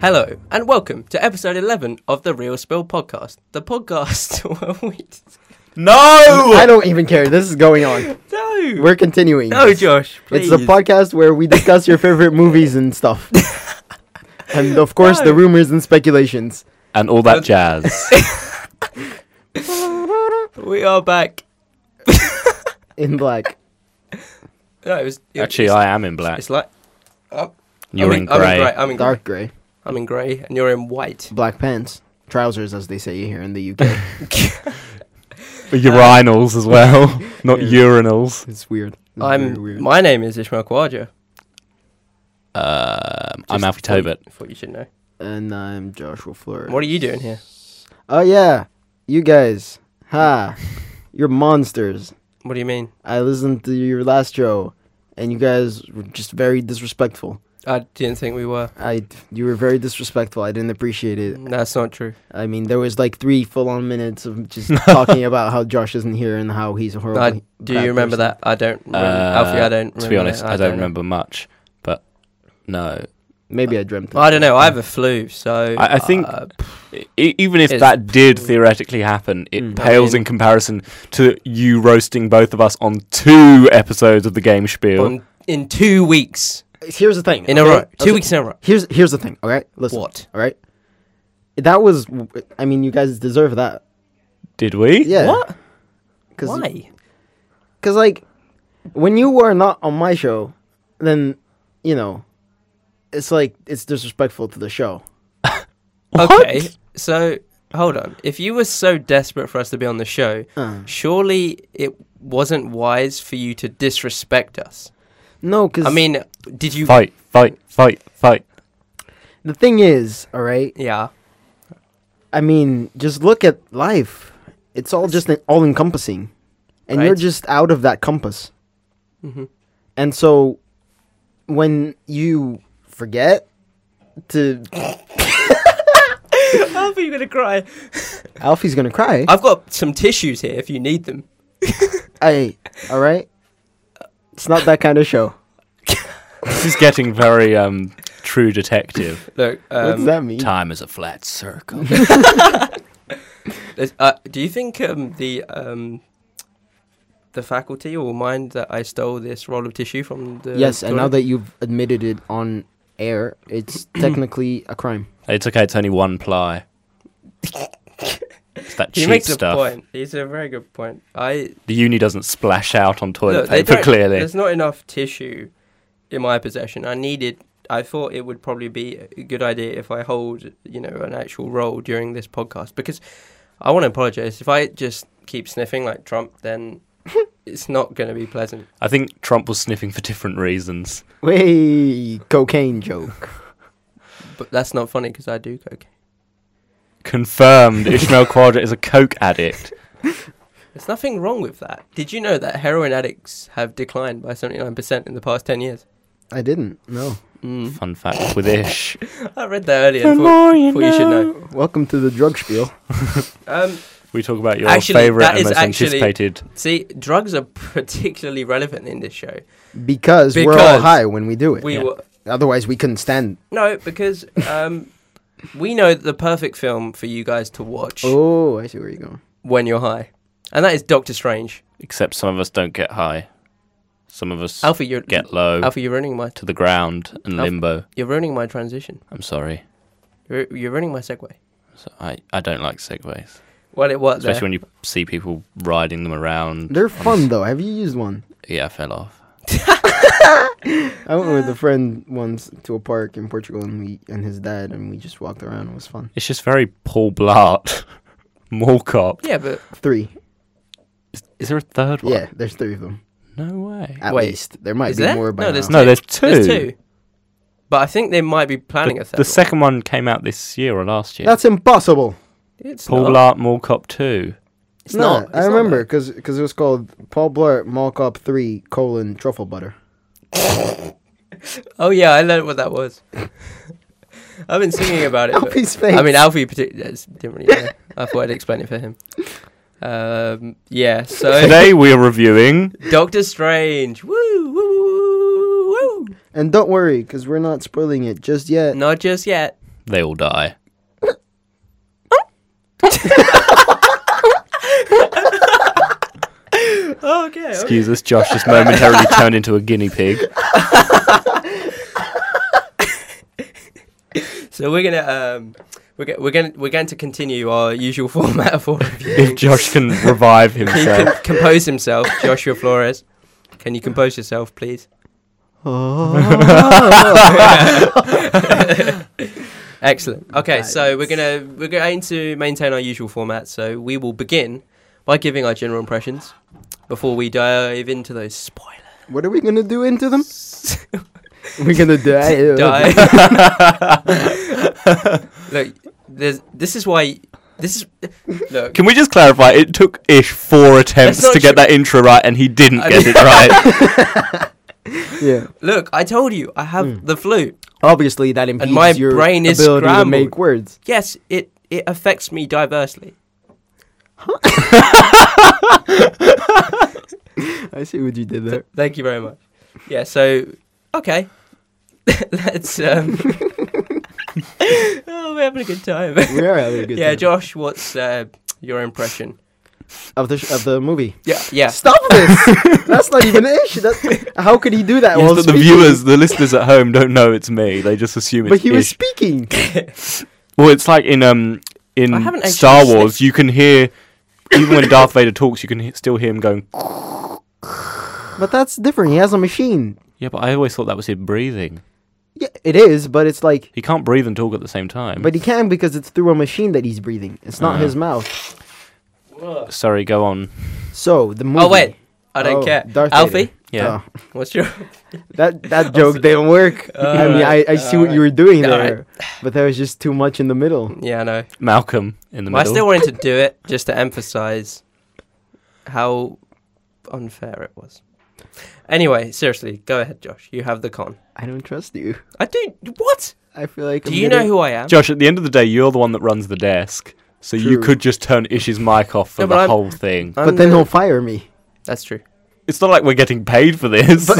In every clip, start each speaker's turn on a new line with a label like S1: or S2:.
S1: Hello, and welcome to episode 11 of the Real Spill podcast. The podcast where we.
S2: No!
S3: I don't even care. This is going on.
S1: No!
S3: We're continuing.
S1: No, Josh,
S3: it's
S1: please.
S3: the podcast where we discuss your favorite movies and stuff. and of course, the rumors and speculations.
S2: And all that jazz.
S1: We are back.
S3: In black.
S1: No, it was. It,
S2: Actually,
S1: it's,
S2: I am in black.
S1: It's like. Uh,
S2: You're
S1: I'm
S2: in grey.
S1: I'm in grey.
S3: Dark grey.
S1: I'm in grey, and you're in white.
S3: Black pants. Trousers, as they say here in the UK.
S2: But
S1: Um,
S2: urinals as well, not
S3: Yeah.
S2: urinals.
S3: it's weird. It's very
S1: I'm.
S3: weird.
S1: My name is Ishmael Khawaja.
S2: Um, I'm
S1: Just
S2: Alfie
S1: thought you-
S2: Tobit.
S1: Thought you should know.
S3: and I'm Joshua Fleur.
S1: What are you doing here?
S3: Oh, yeah. You guys. Ha. You're monsters.
S1: What do you mean?
S3: I listened to your last show, and you guys were just very disrespectful.
S1: I didn't think we were.
S3: I, you were very disrespectful. I didn't appreciate it.
S1: That's not true.
S3: I mean, there was like three full-on minutes of just talking about how Josh isn't here and how he's a horrible.
S1: I, do you
S3: bad
S1: remember
S3: person.
S1: that? I don't. Remember.
S2: Uh,
S1: Alfie, I don't. Remember
S2: To be honest,
S1: that.
S2: I don't
S1: know.
S2: remember much. But no,
S3: Maybe I dreamt. It.
S1: I don't know. I have a flu, so
S2: I- I think-
S1: uh,
S2: E- even if
S1: It's- mm.
S2: that did theoretically happen, it
S3: Mm.
S2: pales
S1: I mean-
S2: in comparison to you roasting both of us on two episodes of the game spiel.
S1: on, in two weeks
S3: Here's the thing.
S1: in a
S3: okay?
S1: row, two
S3: Okay.
S1: weeks in a row.
S3: Here's here's the thing. All right, listen.
S1: What?
S3: All right. That was. I mean, you guys deserve that.
S2: Did we?
S3: Yeah.
S1: What?
S3: Cause,
S1: Why?
S3: Because like, when you were not on my show, then you know, it's like it's disrespectful to the show.
S1: Okay, so hold on. If you were so desperate for us to be on the show,
S3: Uh.
S1: surely it wasn't wise for you to disrespect us.
S3: No, because
S1: I mean, did you?
S2: Fight, fight, fight, fight.
S3: the thing is, all right.
S1: Yeah.
S3: I mean, just look at life. It's all just all encompassing. And you're
S1: Right.
S3: just out of that compass.
S1: Mhm.
S3: And so when you forget to
S1: Alfie, you're gonna cry.
S3: Alfie's going to cry.
S1: I've got some tissues here if you need them.
S3: I all right. It's not that kind of show.
S2: This is getting very um, true detective.
S1: Look,
S3: What does
S1: um,
S3: that mean?
S2: Time is a flat circle.
S1: There's- Uh, do you think um, the um, the faculty will mind that I stole this roll of tissue from the?
S3: yes, and now
S1: toilet?
S3: that you've admitted it on air, it's technically a crime.
S2: It's okay. It's only one ply. it's that
S1: he
S2: cheap
S1: makes
S2: stuff.
S1: a point. He's a very good point. I
S2: The uni doesn't splash out on toilet
S1: look, they
S2: paper.
S1: don't-
S2: Clearly,
S1: there's not enough tissue in my possession. I needed. I thought it would probably be a good idea if I hold you know an actual roll during this podcast because I want to apologize if I just keep sniffing like Trump then. It's not going to be pleasant.
S2: I think Trump was sniffing for different reasons.
S3: Way cocaine joke.
S1: But that's not funny because I do cocaine.
S2: Confirmed, Ishmael Quadra is a coke addict.
S1: There's nothing wrong with that. Did you know that heroin addicts have declined by 79% in the past 10 years?
S3: I didn't. No.
S1: Mm.
S2: Fun fact with Ish.
S1: I read that earlier and thought,
S2: you
S1: thought you should know.
S3: Welcome to the drug spiel.
S1: Um,
S2: We talk about your
S1: Actually,
S2: favorite
S1: that
S2: and
S1: is
S2: most
S1: actually-
S2: anticipated.
S1: see, drugs are particularly relevant in this show.
S3: Because, we're all
S1: Because
S3: high when we do it.
S1: We
S2: yeah.
S1: were.
S3: Otherwise, we couldn't stand.
S1: No, because um, we know the perfect film for you guys to watch
S3: Oh, I see where you're going.
S1: when you're high. And that is Doctor Strange.
S2: Except some of us don't get high. Some of us
S1: Alfie, you're
S2: get low
S1: Alfie, you're ruining my
S2: to the ground and
S1: Alf-
S2: limbo.
S1: you're ruining my transition.
S2: I'm sorry.
S1: You're, you're ruining my segue.
S2: So I, I don't like segways,
S1: Well, it was
S2: especially
S1: there.
S2: when you see people riding them around.
S3: They're
S2: on a s-
S3: fun though. Have you used one?
S2: Yeah, I fell off.
S3: I went with a friend once to a park in Portugal, and we and his dad, and we just walked around. It was fun.
S2: It's just very Paul Blart, mall cop.
S1: Yeah, but
S3: Three.
S2: Is there a third one?
S3: Yeah, Uh, there's three of them
S2: No way.
S3: at
S1: Wait,
S3: least. There might
S1: is
S3: be
S1: there?
S3: more by
S1: No,
S3: now.
S1: there's
S2: No, there's two.
S1: there's two. But I think they might be planning a
S2: The,
S1: third.
S2: the second one came out this year or last year.
S3: That's impossible.
S1: one. It's
S2: Paul
S1: not.
S2: Blart Mall Cop 2.
S1: It's
S3: no,
S1: not.
S3: I
S1: It's not
S3: remember
S1: that.
S3: because it was called Paul Blart Mall Cop Three colon Truffle Butter.
S1: Oh yeah, I learned what that was. I've been singing about it. but,
S3: Alfie's face.
S1: I mean, Alfie particularly didn't really know. I thought I'd explain it for him. Um, yeah. So
S2: Today we are reviewing.
S1: Doctor Strange. Woo woo woo woo. woo.
S3: and don't worry, because we're not spoiling it just yet.
S1: Not just yet.
S2: They all die.
S1: Oh, okay. okay.
S4: Excuse us, Josh just momentarily turned into a guinea pig.
S1: So we're gonna um, we're go- we're gonna we're going to continue our usual format for
S4: If
S1: reviewing.
S4: Josh can revive
S1: He
S4: himself.
S1: can compose himself, Joshua Flores. Can you compose yourself, please? Excellent. Okay, so we're gonna we're going to maintain our usual format. So we will begin by giving our general impressions before we dive into those spoilers.
S3: What are we gonna do into them? We're gonna die.
S1: Die. look, there's, this is why. This is look.
S4: Can we just clarify? It took Ish four attempts
S1: That's not
S4: to get
S1: true.
S4: that intro right, and he didn't
S1: I
S4: get
S1: did-
S4: it right.
S3: Yeah.
S1: Look, I told you I have
S3: Mm.
S1: the flu.
S3: Obviously, that impedes
S1: my
S3: your
S1: brain is
S3: ability
S1: scrambled.
S3: to make words.
S1: Yes, it it affects me diversely.
S3: I see what you did
S1: Th-
S3: there.
S1: Thank you very much. Yeah, so okay. Let's um Oh, we're having a good time.
S3: We are having a good
S1: yeah,
S3: time.
S1: Josh, what's uh, your impression?
S3: of the sh- of the movie.
S1: Yeah, yeah.
S3: Stop this! That's not even an issue. That's, how could he do that?
S4: Yes,
S3: while
S4: but the
S3: speaking?
S4: viewers, the listeners at home, don't know it's me. They just assume it's
S3: But he was
S4: Ish.
S3: speaking.
S4: Well, it's like in um
S1: I
S4: in
S1: haven't
S4: Star
S1: actually
S4: Wars, you can hear even when Darth Vader talks, you can he- still hear him going.
S3: But that's different. He has a machine.
S2: Yeah, but I always thought that was him breathing.
S3: Yeah, it is, but it's like.
S2: He can't breathe and talk at the same time.
S3: But he can because it's through a machine that he's breathing. It's not
S2: Ah.
S3: his
S4: Uh-huh.
S3: mouth.
S2: Sorry, go on.
S3: So the movie.
S1: Oh wait, I don't
S3: Oh,
S1: care.
S3: Darth
S1: Alfie,
S3: Vader.
S2: Yeah.
S3: Oh,
S1: what's your
S3: that that joke didn't work. I mean, I, I see what you were doing there, but there was just too much in the middle.
S1: Yeah, I know.
S2: Malcolm in the
S1: Well, I
S2: middle.
S1: still wanted to do it just to emphasize how unfair it was. Anyway, seriously, go ahead, Josh. You have the con.
S3: I don't trust you.
S1: I do what?
S3: I feel like.
S1: Do
S3: I'm
S1: you know
S3: getting-
S1: who I am?
S4: Josh, at the end of the day, you're the one that runs the desk, so you
S3: True.
S4: could just turn Ish's mic off for
S1: No, but
S4: the
S1: I'm-
S4: whole thing.
S1: I'm
S3: But then
S1: the-
S3: he'll fire me.
S1: That's true.
S4: It's not like we're getting paid for this.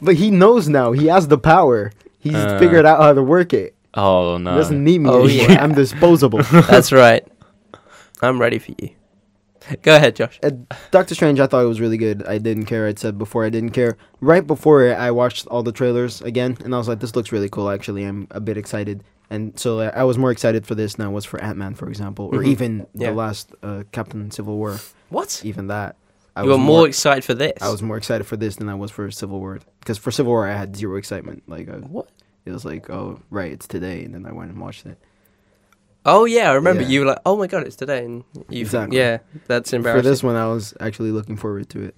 S3: But he knows now. He has the power. He's
S2: Uh.
S3: figured out how to work it.
S2: oh no.
S3: He doesn't need me
S1: Oh,
S3: anymore.
S1: yeah.
S3: I'm disposable.
S1: That's right. I'm ready for you. Go ahead, Josh.
S3: Uh, Doctor Strange, I thought it was really good. I didn't care. I said before I didn't care. Right before it, I watched all the trailers again, and I was like, "This looks really cool." Actually, I'm a bit excited, and so uh, I was more excited for this than I was for Ant Man, for example, or
S1: Mhm.
S3: even
S1: Yeah.
S3: the last uh, Captain Civil War.
S1: What?
S3: Even that, I
S1: you were more, excited for this.
S3: I was more excited for this than I was for Civil War because for Civil War I had zero excitement. Like uh,
S1: What?
S3: it was like, "Oh, right, it's today," and then I went and watched it.
S1: Oh yeah, I remember
S3: Yeah.
S1: you were like, "Oh my god, it's today," and you.
S3: Exactly.
S1: Yeah, that's
S3: for
S1: embarrassing.
S3: this one, I was actually looking forward to it,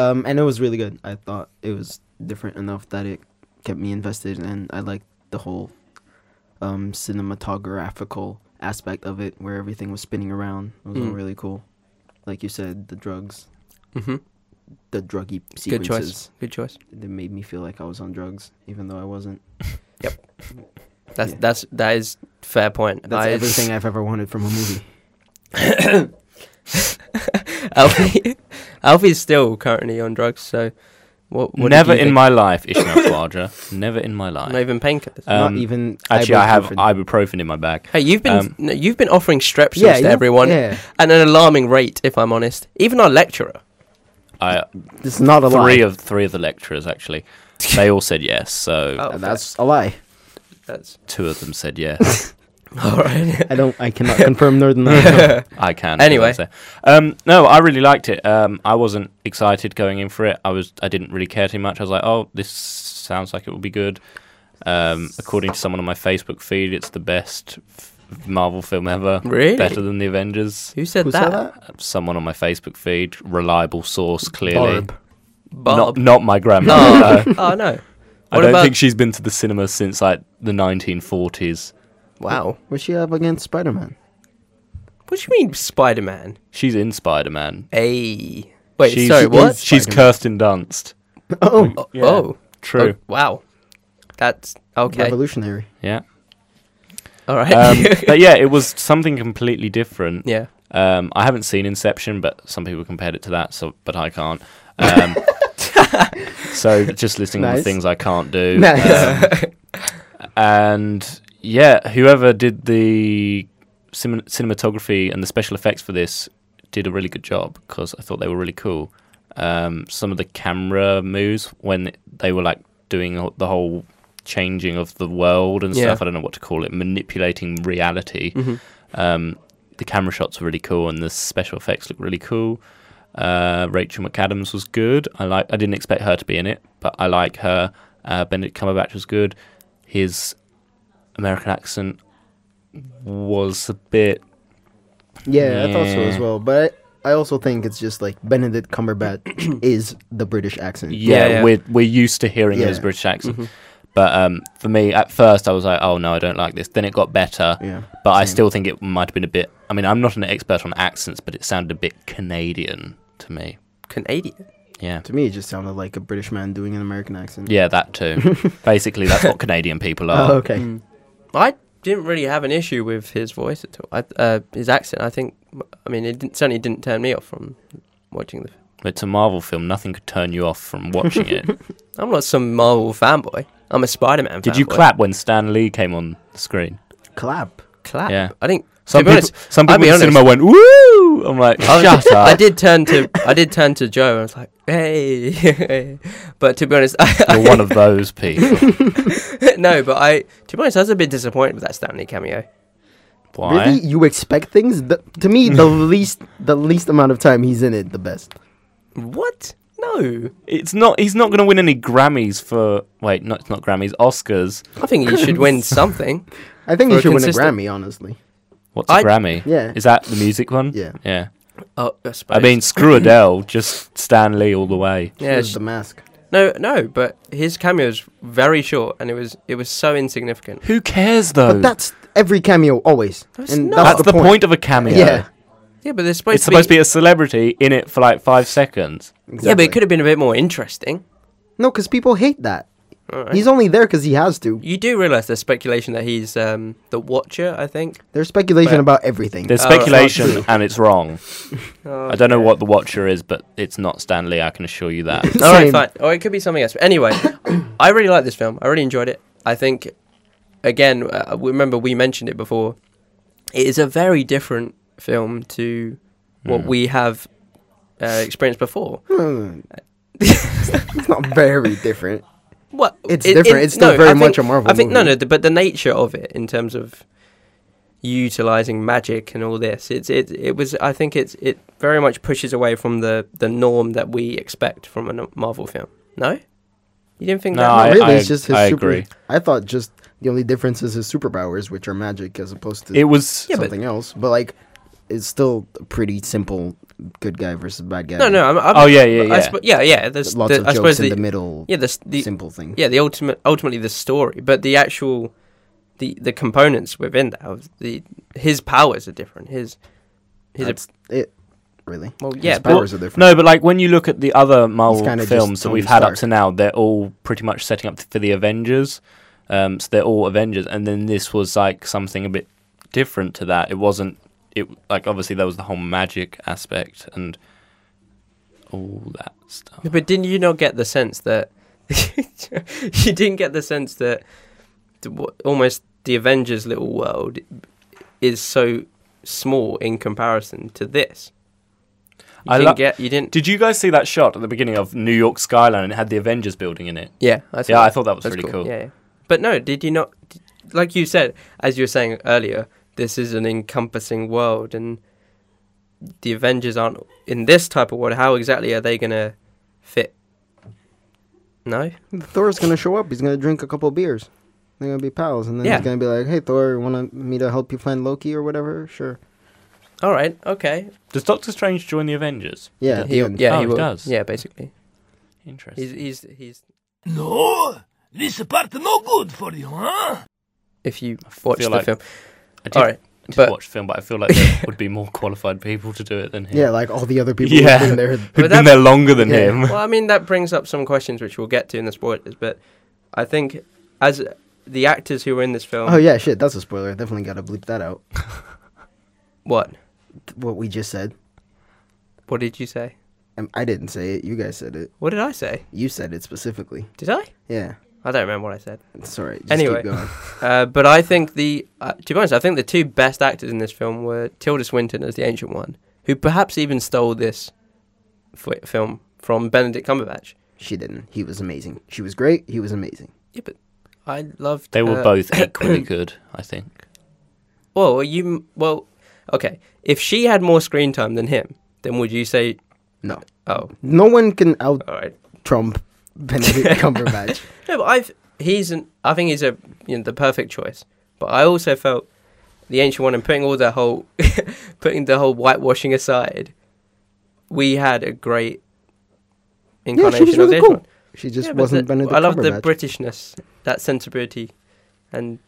S3: um, and it was really good. I thought it was different enough that it kept me invested, and I liked the whole um, cinematographical aspect of it, where everything was spinning around. It was all
S1: Mm.
S3: really cool. Like you said, the drugs,
S1: hmm
S3: the druggy
S1: Good
S3: sequences,
S1: choice. Good choice.
S3: they made me feel like I was on drugs, even though I wasn't.
S1: That's
S3: Yeah.
S1: that's that is fair point.
S3: That's
S1: I-
S3: everything I've ever wanted from a movie.
S1: Alfie, Alfie's still currently on drugs, so what? what did
S2: Never
S1: you
S2: in
S1: think?
S2: my life, Ishmael Khwaja. Never in my life.
S1: not even painkillers.
S2: Um,
S3: Not even
S2: Actually, I have
S3: ibuprofen.
S2: ibuprofen in my bag.
S1: hey, you've been
S2: um,
S1: no, you've been offering strepsils
S3: yeah,
S1: to
S3: yeah,
S1: everyone
S3: Yeah,
S1: at an alarming rate. If I'm honest, even our lecturer.
S2: I
S3: it's not a
S2: three
S3: lie.
S2: of three of the lecturers actually, they all said yes. So
S1: Oh,
S3: That's a lie.
S1: that's
S2: two of them said yes.
S1: all right.
S3: I don't. I cannot confirm nor deny.
S2: I can.
S1: Anyway.
S2: as I say. um, no, I really liked it. Um, I wasn't excited going in for it. I was. I didn't really care too much. I was like, oh, this sounds like it will be good. Um, according to someone on my Facebook feed, it's the best f- Marvel film ever.
S1: Really?
S2: Better than the Avengers.
S1: Who said
S3: Who
S1: that?
S3: said that?
S2: Someone on my Facebook feed, reliable source, clearly.
S3: Barb.
S1: Bob.
S2: Not, not my grandma.
S1: No.
S2: no.
S1: oh no.
S4: I
S1: What
S4: don't
S1: about-
S4: think she's been to the cinema since like the 1940s.
S1: Wow.
S3: What's she up against Spider Man?
S1: What do you mean, Spider Man?
S2: She's in Spider Man.
S1: Hey. Wait.
S4: she's,
S1: sorry. What?
S3: is-
S4: She's
S3: Spider-Man.
S4: Kirsten Dunst.
S3: Oh,
S1: Oh,
S4: yeah.
S1: oh.
S4: True.
S1: Oh, wow. That's okay.
S3: revolutionary.
S1: Oh.
S2: Yeah.
S1: All right.
S2: Um, but yeah, it was something completely different.
S1: yeah.
S2: Um, I haven't seen Inception, but some people compared it to that. So, but I can't. Um, so just listing all the
S3: Nice.
S2: things I can't do.
S3: Nice.
S2: Um, and yeah, whoever did the cinem- cinematography and the special effects for this did a really good job because I thought they were really cool. Um, some of the camera moves when they were like doing a- the whole changing of the world and
S1: Yeah.
S2: stuff. I don't know what to call it, manipulating reality.
S1: hmm
S2: Um, the camera shots were really cool, and the special effects look really cool. Uh, Rachel McAdams was good. I like. I didn't expect her to be in it, but I like her. Uh, Benedict Cumberbatch was good. His American accent was a bit.
S3: Yeah, I thought so as
S2: Yeah.
S3: well. But I, I also think it's just like Benedict Cumberbatch is the British accent.
S2: Yeah,
S1: yeah. Mm-hmm.
S2: we're we're used to hearing his
S3: Yeah.
S2: British accent, but um, for me, at first I was like, oh no, I don't like this. Then it got better,
S3: Yeah.
S2: but I
S3: same.
S2: still think it might have been a bit. I mean, I'm not an expert on accents, but it sounded a bit Canadian to me.
S1: Canadian.
S2: Yeah.
S3: To me, it just sounded like a British man doing an American accent.
S2: Yeah, that too. Basically, that's what Canadian people are.
S3: Oh, okay.
S1: Mm. I didn't really have an issue with his voice at all. I, uh, his accent, I think. I mean, it didn't, certainly didn't turn me off from watching the.
S2: It's a Marvel film. Nothing could turn you off from watching it.
S1: I'm not some Marvel fanboy. I'm a Spider-Man.
S2: Did you
S1: fanboy.
S2: clap when Stan Lee came on the screen?
S3: Clap.
S1: Clap.
S2: Yeah.
S1: I think
S4: Some
S1: be
S4: people,
S1: honest,
S4: some
S1: I'll
S4: people
S1: be
S4: in the
S1: honest.
S4: cinema went woo. I'm like,
S1: I was-
S2: Shut up.
S1: I did turn to I did turn to Joe and I was like, "Hey," but to be honest, I,
S2: You're one of those people.
S1: no. But I to be honest, I was a bit disappointed with that Stanley cameo.
S2: Why?
S3: Really? You expect things? The, to me, the least the least amount of time he's in it, the best.
S1: What? No,
S2: It's not. He's not going to win any Grammys for. Wait, not it's not Grammys. Oscars.
S1: I think he should win something.
S3: I think
S1: For
S3: he
S1: a
S3: should win a
S1: consistent-
S3: Grammy, honestly.
S2: What's a
S1: I-
S2: Grammy?
S3: Yeah.
S2: Is that the music one?
S3: Yeah.
S2: Yeah.
S1: Oh, I,
S2: I
S1: suppose.
S2: mean, screw Adele. Just Stan Lee all the way.
S1: yeah,
S3: There's
S1: sh-
S3: the mask.
S1: no, no. But his cameo is very short, and it was it was so insignificant.
S2: Who cares though?
S3: But that's every cameo, always.
S1: No, it's
S3: and
S1: not.
S2: That's
S3: that's,
S2: the, point. of a cameo.
S3: Yeah.
S1: Yeah, but there's supposed
S2: It's
S1: to
S2: supposed to
S1: be.
S2: be a celebrity in it for like five seconds.
S1: Yeah, but it could have been a bit more interesting.
S3: No, because people hate that.
S1: All right.
S3: He's only there because he has to.
S1: You do realize there's speculation that he's um, the Watcher, I think.
S3: There's speculation
S1: But-
S3: about everything.
S2: There's
S1: Oh, that's not
S2: speculation and it's wrong. I don't
S1: Okay.
S2: know what the Watcher is, but it's not Stanley. I can assure you that.
S1: All right,
S3: Same.
S1: fine. Or it could be something else. But anyway, I really like this film. I really enjoyed it. I think, again, uh, we- remember we mentioned it before. It is a very different film to what
S2: Mm.
S1: we have uh, experienced before.
S3: Hmm. it's not very different.
S1: What
S3: It's
S1: it- it-
S3: different. it's still
S1: no,
S3: very
S1: I
S3: much
S1: think-
S3: a Marvel
S1: I think no,
S3: movie.
S1: no, th- but the nature of it in terms of utilizing magic and all this, it's it it was. I think it's it very much pushes away from the the norm that we expect from a no- Marvel film. No, you didn't think
S2: No,
S1: that.
S2: I-
S3: really,
S2: I-
S3: it's just his
S2: I
S3: super.
S2: agree.
S3: I thought just the only difference is his superpowers, which are magic as opposed to
S2: it was.
S1: Yeah, but-
S3: something else. But like, it's still a pretty simple. Good guy versus bad guy.
S1: No, no. I'm, I'm,
S2: Oh yeah, yeah, yeah.
S1: I suppo- yeah, yeah. There's
S3: lots
S1: the-
S3: of
S1: I suppose
S3: jokes in
S1: the,
S3: the middle.
S1: yeah, the, s- the
S3: simple thing.
S1: yeah, the ultimate, ultimately the story, but the actual, the the components within that, of the his powers are different. His, his,
S3: That's it. Really.
S1: well, yeah,
S3: His
S1: but
S3: powers are different.
S2: no, but like when you look at the other Marvel
S3: kinda just
S2: films that
S3: Tony
S2: we've had up
S3: Stark.
S2: to now, they're all pretty much setting up for the Avengers. Um, so they're all Avengers, and then this was like something a bit different to that. It wasn't. It like obviously there was the whole magic aspect and all that stuff.
S1: But didn't you not get the sense that you didn't get the sense that the, w- almost the Avengers' little world is so small in comparison to this? You
S2: I
S1: didn't
S2: lo-
S1: get. You didn't.
S2: Did you guys see that shot at the beginning of New York skyline? and It had the Avengers building in it.
S1: yeah, I
S2: Yeah, I thought that was
S1: That's
S2: really cool.
S1: Yeah, yeah. But no, did you not? d like you said, as you were saying earlier, this is an encompassing world, and the Avengers aren't in this type of world. How exactly are they gonna fit? No.
S3: Thor's gonna show up. He's gonna drink a couple beers. They're gonna be pals, and then
S1: Yeah.
S3: he's gonna be like, "Hey, Thor, want me to help you find Loki or whatever?" Sure.
S1: All right. Okay.
S2: Does Doctor Strange join the Avengers?
S3: Yeah. at the
S1: He,
S3: end.
S1: yeah,
S2: Oh,
S1: he
S2: he
S1: will.
S2: does.
S1: Yeah, basically.
S2: Interesting.
S1: He's he's he's.
S5: No, this part no good for you, huh?
S1: If you
S2: I
S1: watch the
S2: feel like-
S1: film,
S2: I did,
S1: all right.
S2: I did
S1: but-
S2: watch the film, but I feel like there would be more qualified people to do it than him.
S3: Yeah, like all the other people
S2: Yeah.
S3: who've been there.
S1: But that-
S2: there longer than
S3: Yeah.
S1: well, I mean that brings up some questions which we'll get to in the spoilers. But I think as the actors who were in this film,
S3: Oh yeah, shit. That's a spoiler. Definitely gotta bleep that out.
S1: what
S3: Th- What we just said.
S1: what did you say?
S3: Um, I didn't say it. You guys said it.
S1: What did I say?
S3: You said it specifically.
S1: Did I?
S3: Yeah.
S1: I don't remember what I said.
S3: It's all right. Just
S1: Anyway.
S3: keep going.
S1: Uh, but I think the uh, to be honest, I think the two best actors in this film were Tilda Swinton as the Ancient One, who perhaps even stole this f- film from Benedict Cumberbatch.
S3: she didn't. He was amazing. She was great. He was amazing.
S1: Yeah, but I loved.
S2: They were
S1: uh,
S2: both equally good, I think.
S1: Well, you m- well, okay. If she had more screen time than him, then would you say
S3: No,
S1: oh,
S3: no one can out
S1: all right?
S3: Trump Benedict Cumberbatch.
S1: No, but I've he's an I think he's a you know the perfect choice. But I also felt the ancient one and putting all the whole putting the whole whitewashing aside, we had a great
S3: yeah,
S1: incarnation
S3: she was
S1: of
S3: really
S1: this
S3: cool.
S1: one.
S3: She just
S1: Yeah, but
S3: wasn't
S1: the-
S3: Benedict
S1: I love the
S3: Cumberbatch.
S1: Britishness, that sensibility, and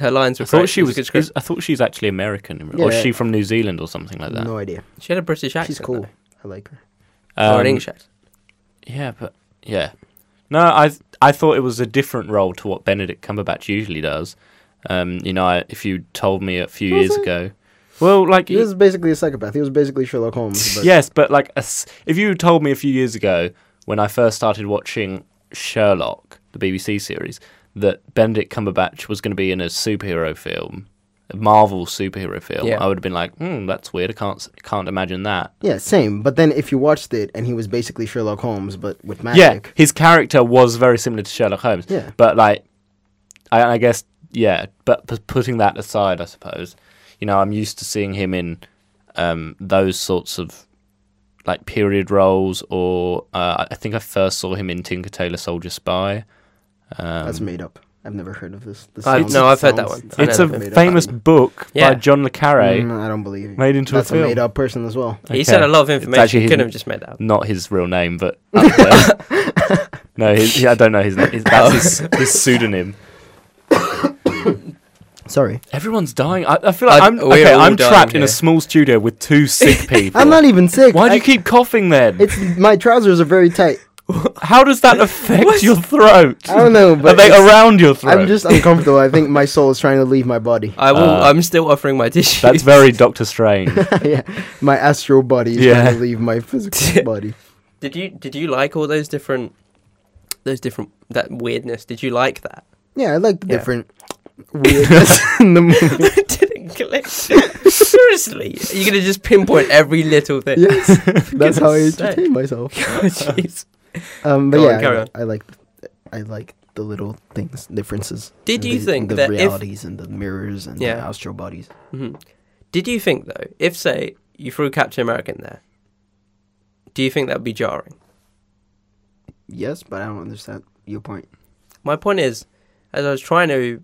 S1: her lines
S2: I
S1: were.
S2: thought
S1: great.
S2: she
S1: It
S2: was.
S1: a good script.
S2: is- I thought she's actually American, in real- or is
S3: Yeah.
S2: she from New Zealand or something like that.
S3: No idea.
S1: She had a British accent.
S3: She's cool.
S1: though,
S3: I like her.
S1: or
S2: Um,
S1: an English accent.
S2: Yeah, but yeah, no, I I thought it was a different role to what Benedict Cumberbatch usually does. Um, you know, I, if you told me a few years
S3: Was it?
S2: ago, well, like
S3: He was basically a psychopath. He was basically Sherlock Holmes. But
S2: yes, but like a s if you told me a few years ago when I first started watching Sherlock, the BBC series, that Benedict Cumberbatch was going to be in a superhero film, a Marvel superhero film,
S1: Yeah.
S2: I would have been like, hmm, that's weird. I can't s- can't imagine that.
S3: Yeah, same. But then if you watched it, and he was basically Sherlock Holmes, but with
S2: Yeah,
S3: magic.
S2: his character was very similar to Sherlock Holmes.
S3: Yeah.
S2: But like, I, I guess yeah. But p- putting that aside, I suppose, you know, I'm used to seeing him in um, those sorts of like period roles, or uh, I think I first saw him in Tinker Tailor Soldier Spy. Um,
S3: that's made up. I've never heard of this. this
S1: I-
S3: sounds-
S1: no, I've heard that
S3: sounds-
S1: one. I
S2: it's
S1: know
S2: a
S1: that.
S3: made up.
S2: famous book
S1: Yeah.
S2: by John le Carre,
S3: Mm, I don't believe you.
S4: Made into
S3: That's
S4: a film.
S3: made up person as well.
S1: He said a lot of information.
S2: actually his-
S1: Couldn't have just made that up.
S2: not his real name, but up there. no, his, yeah, I don't know his name. His- That's his, his pseudonym.
S3: Sorry,
S2: Everyone's dying. I, I feel like
S1: I-
S2: I, am
S1: we're
S2: okay.
S1: all
S2: I'm
S1: dying
S2: trapped in
S1: here.
S2: a small studio with two sick people.
S3: I'm not even sick.
S2: Why do you
S3: I-
S2: keep coughing then?
S3: It's my trousers are very tight.
S2: How does that affect your throat?
S3: I don't know,
S2: Are
S3: but
S2: they
S3: it's-
S2: around your throat?
S3: I'm just uncomfortable. I think my soul is trying to leave my body.
S1: I will.
S2: Uh,
S1: I'm still offering my tissue.
S2: That's very Doctor Strange.
S3: Oh, yeah, my astral body is
S2: Yeah.
S3: trying to leave my physical body.
S1: Did you did you like all those different those different that weirdness? Did you like that?
S3: Yeah, I like the
S1: Yeah.
S3: different weirdness in the movie.
S1: Didn't click. Seriously, you're gonna just pinpoint every little thing.
S3: Yes, that's how I
S1: goodness sake.
S3: entertain myself.
S1: Jeez.
S3: Um, but
S1: Go on,
S3: yeah,
S1: carry
S3: I-
S1: on.
S3: I, like, I like the little things, differences.
S1: Did
S3: in
S1: you
S3: the,
S1: think
S3: the
S1: that if-
S3: realities and the mirrors and the
S1: Yeah.
S3: astral bodies?
S1: Mhm. Did you think though, if say you threw Captain America in there, do you think that would be jarring?
S3: Yes, but I don't understand your point.
S1: My point is, as I was trying to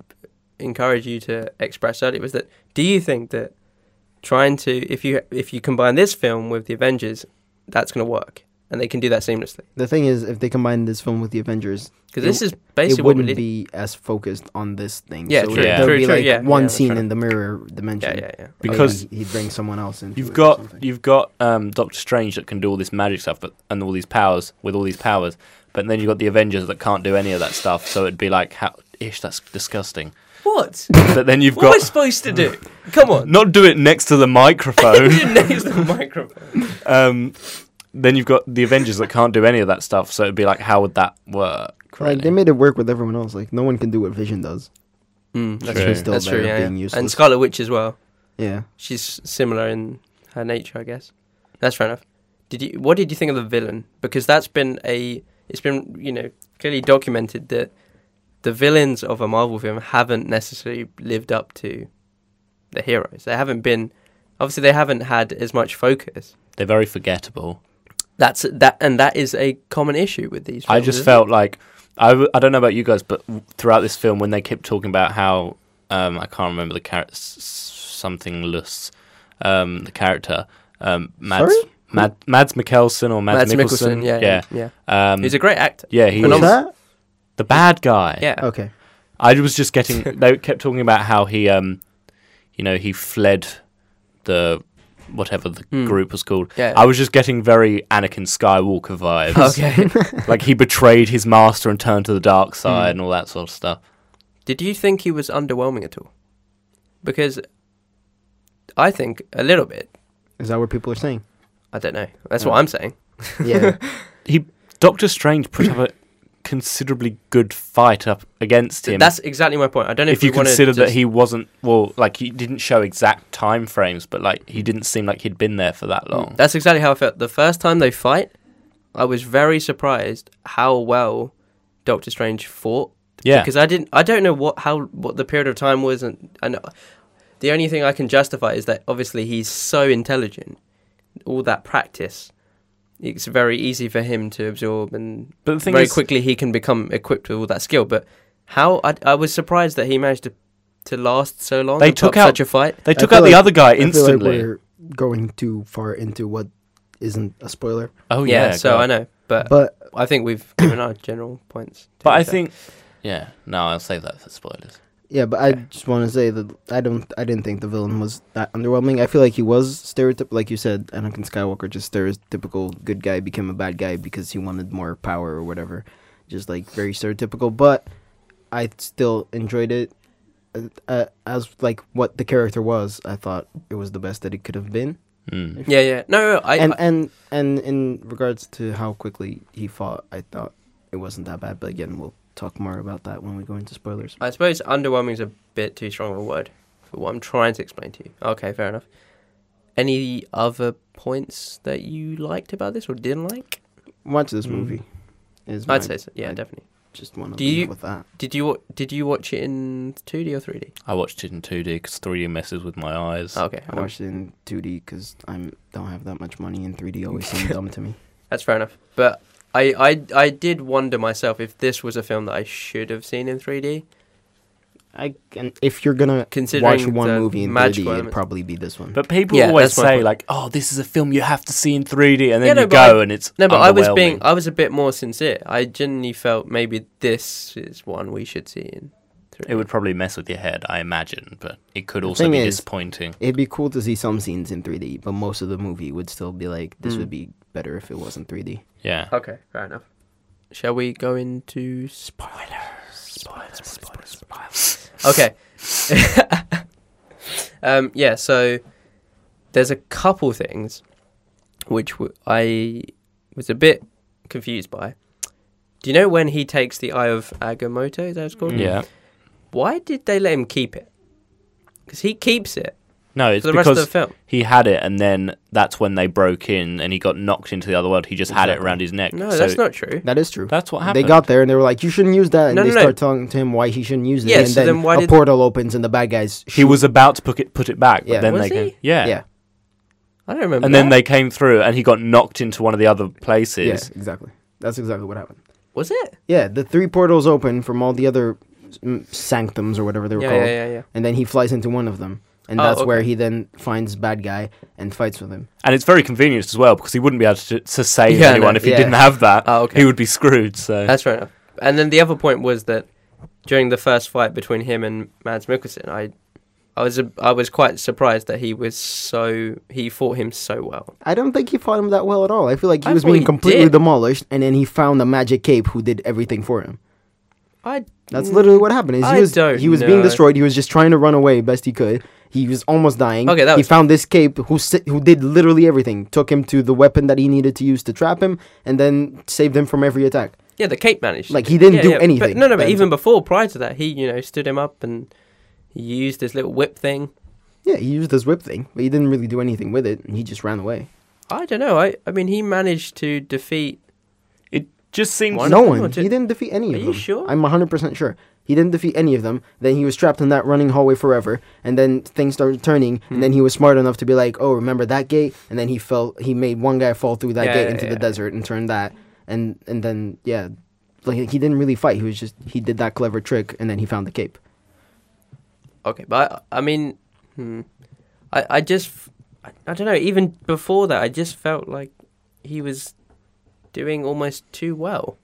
S1: encourage you to express earlier, was that do you think that trying to if you if you combine this film with the Avengers, that's gonna work and they can do that seamlessly
S3: The thing is, if they combine this film with the Avengers,
S1: because
S3: It
S1: this is
S3: it
S1: basically what we
S3: wouldn't
S1: did.
S3: be as focused on this thing.
S1: Yeah,
S3: so
S1: true,
S3: there-
S2: yeah.
S3: there'd
S1: True,
S3: be
S1: true,
S3: like
S1: yeah,
S3: one
S1: yeah, that's
S3: scene
S1: true.
S3: in the mirror dimension.
S1: yeah, yeah, yeah.
S2: Because-
S3: he'd bring someone else in.
S2: You've got you've got um, Doctor Strange that can do all this magic stuff, but and all these powers with all these powers, but then you've got the Avengers that can't do any of that stuff. So it'd be like, how, ish, that's disgusting.
S1: What?
S2: But then you've
S1: what am I
S2: got
S1: supposed to do? Come on.
S2: not do it next to the microphone.
S1: Your name's the microphone.
S2: um, then you've got the Avengers that can't do any of that stuff. So it'd be like, how would that work?
S3: like
S2: really?
S3: they made it work with everyone else. Like no one can do what Vision does.
S1: that's
S2: True.
S1: true.
S3: He's Hmm, still
S1: That's
S3: better
S1: true.
S3: at
S1: Yeah,
S3: being
S1: yeah.
S3: useless.
S1: And Scarlet Witch as well.
S3: yeah,
S1: She's similar in her nature, I guess. That's fair enough. Did you? What did you think of the villain? Because that's been a. It's been you know clearly documented that the villains of a Marvel film haven't necessarily lived up to the heroes. They haven't been. Obviously, they haven't had as much focus.
S2: They're very forgettable.
S1: That's that, and that is a common issue with these. Films,
S2: I just
S1: isn't it?
S2: felt like I, w- I don't know about you guys, but w- throughout this film, when they kept talking about how um, I can't remember the character something less um, the character um, Mads
S3: Sorry?
S2: Mad, Mads Mikkelsen or Mads, Mikkelsen,
S1: yeah, yeah, yeah.
S2: yeah. Um,
S1: He's a great actor.
S2: yeah, he
S1: Who's
S2: was
S1: Phenomenal.
S3: that?
S2: the bad guy.
S1: Yeah.
S3: Okay.
S2: I was just getting. they kept talking about how he, um, you know, he fled the whatever the
S1: Hmm.
S2: group was called.
S1: Yeah.
S2: I was just getting very Anakin Skywalker vibes.
S1: Okay. Hmm.
S2: like he betrayed his master and turned to the dark side and all that sort of stuff.
S1: Did you think he was underwhelming at all? Because I think a little bit.
S3: Is that what people are saying?
S2: Mm.
S1: I don't know. That's
S3: Yeah.
S1: what I'm saying.
S3: Yeah.
S2: He Doctor Strange put up a considerably good fight up against him.
S1: That's exactly my point. I don't know if,
S2: if you
S1: we wanna
S2: consider that
S1: just-
S2: he wasn't well, like he didn't show exact time frames, but like
S1: Hmm.
S2: he didn't seem like he'd been there for that long.
S1: Oh. That's exactly how I felt. The first time they fight, I was very surprised how well Doctor Strange fought.
S2: yeah,
S1: Because I didn't I don't know what how what the period of time was and and uh, the only thing I can justify is that obviously he's so intelligent. All that practice. It's very easy for him to absorb and
S2: but the thing
S1: very
S2: is,
S1: quickly he can become equipped with all that skill. But how I, I was surprised that he managed to to last so long.
S2: They
S1: and put
S2: took
S1: up
S2: out-
S1: such a fight.
S2: they took
S3: feel
S2: out the
S3: like-
S2: other guy
S3: I feel like
S2: instantly.
S3: we're going too far into what isn't a spoiler,
S2: oh
S1: yeah,
S2: yeah,
S1: so
S2: God.
S1: I know, but,
S3: but
S1: I think we've given our general points. to
S2: But I
S1: each other.
S2: think yeah, no, I'll save that for spoilers.
S3: yeah, but I just want to say that I don't, I didn't think the villain was that underwhelming. I feel like he was stereotypical, like you said, Anakin Skywalker, just stereotypical good guy became a bad guy because he wanted more power or whatever, just like very stereotypical. But I still enjoyed it uh, uh, as like what the character was. I thought it was the best that it could have been.
S2: Mm.
S1: Yeah, yeah. No, no I,
S3: and
S1: I-
S3: and and in regards to how quickly he fought, I thought it wasn't that bad. But again, we'll talk more about that when we go into spoilers.
S1: I suppose underwhelming is a bit too strong of a word for what I'm trying to explain to you. Okay, fair enough. Any other points that you liked about this or didn't like?
S3: Watch this
S4: Mm.
S3: movie. Is
S1: I'd
S3: my-
S1: say so. Yeah,
S3: I-
S1: definitely.
S3: just want
S1: Do
S3: to leave
S1: you-
S3: with that.
S1: Did you wa- did you watch it in 2D or 3D?
S2: I watched it in 2D because 3D messes with my eyes.
S1: Okay, I
S3: I watched it in 2D because I don't have that much money, and 3D always seems dumb to me.
S1: That's fair enough. But I, I I did wonder myself if this was a film that I should have seen in 3D.
S3: I can, if you're gonna
S1: Considering
S3: watch one
S1: the
S3: movie in 3D,
S1: magical
S3: it'd
S1: elements.
S3: probably be this one.
S2: But people
S1: Yeah,
S2: always
S1: that's my
S2: say
S1: point.
S2: like, "Oh, this is a film you have to see in 3D," and then
S1: Yeah, no,
S2: you
S1: but I-
S2: go and it's
S1: No, but I was being
S2: underwhelming.
S1: I was a bit more sincere. I genuinely felt maybe this is one we should see in. 3D.
S2: It would probably mess with your head, I imagine, but it could
S3: The
S2: also
S3: thing
S2: be
S3: is-
S2: disappointing.
S3: It'd be cool to see some scenes in 3D, but most of the movie would still be like, this
S1: Mm.
S3: would be better if it wasn't 3D.
S2: Yeah.
S1: Okay, fair enough. Shall we go into spoilers? Spoilers, spoilers, spoilers. okay. um, yeah, so there's a couple things which w- I was a bit confused by. Do you know when he takes the Eye of Agamotto? Is that what it's called?
S2: Yeah.
S1: Why did they let him keep it? Because he keeps it
S2: No, it's
S1: for the rest of
S2: because
S1: the film.
S2: he had it, and then that's when they broke in, and he got knocked into the other world. He just had it
S3: Exactly.
S2: around his neck.
S1: No,
S2: so
S1: that's not true.
S3: That is true.
S2: That's what happened.
S3: They got there and they were like, "You shouldn't use that," and
S1: No,
S3: they
S1: no, no.
S3: start talking to him why he shouldn't use it.
S1: Yeah,
S3: and
S1: so
S3: then,
S1: then why
S3: a
S1: did-
S3: portal opens and the bad guys.
S2: He
S3: Shoot.
S2: was about to put it put it back, but
S3: Yeah.
S2: then
S1: Was
S2: they came.
S1: he?
S2: Yeah.
S3: yeah,
S1: I don't remember.
S2: And then
S1: that.
S2: they came through, and he got knocked into one of the other
S3: yeah,
S2: places.
S3: exactly. That's exactly what happened.
S1: was it?
S3: Yeah, the three portals open from all the other mm, sanctums or whatever they were
S1: Yeah,
S3: called,
S1: yeah, yeah, yeah.
S3: and then he flies into one of them, and
S1: Oh,
S3: that's where
S1: okay.
S3: he then finds bad guy and fights with him.
S2: And it's very convenient as well because he wouldn't be able to, to save
S1: Yeah, I know.
S2: anyone if he
S3: Yeah.
S2: didn't have that.
S1: Oh, okay. Uh,
S2: He would be screwed. So
S1: That's fair enough. And then the other point was that during the first fight between him and Mads Mikkelsen, I, I was a, I was quite surprised that he was so he fought him so well.
S3: I don't think he fought him that well at all. I feel like he
S1: I
S3: was
S1: thought
S3: being
S1: he
S3: completely
S1: did.
S3: demolished, and then he found a magic cape who did everything for him.
S1: I
S3: That's literally what happened. Is he
S1: I
S3: was
S1: don't
S3: he was
S1: know.
S3: being destroyed. He was just trying to run away best he could. He was almost dying.
S1: Okay, that
S3: he
S1: was-
S3: found this cape who si- who did literally everything. Took him to the weapon that he needed to use to trap him, and then saved him from every attack.
S1: yeah the cape managed
S3: Like, he didn't do anything,
S1: But, no, no, but
S3: Ben.
S1: even before prior to that, he you know stood him up and he used his little whip thing.
S3: Yeah, he used his whip thing, but he didn't really do anything with it. And he just ran away.
S1: I don't know. I I mean he managed to defeat.
S2: it just seems
S1: Why One not?
S3: no
S1: of them
S3: one.
S1: or two-
S3: He didn't defeat any
S1: Are
S3: of
S1: you
S3: them.
S1: sure?
S3: I'm 100% sure. He didn't defeat any of them. Then he was trapped in that running hallway forever. And then things started turning. And
S1: Hmm.
S3: then he was smart enough to be like, oh, remember that gate? And then he fell. He made one guy fall through that
S1: Yeah,
S3: gate
S1: yeah,
S3: into
S1: yeah.
S3: the desert and turned that. And and then yeah, like he didn't really fight. He was just he did that clever trick and then he found the cape.
S1: Okay, but I, I mean, hmm, I I just I, I don't know. Even before that, I just felt like he was doing almost too well.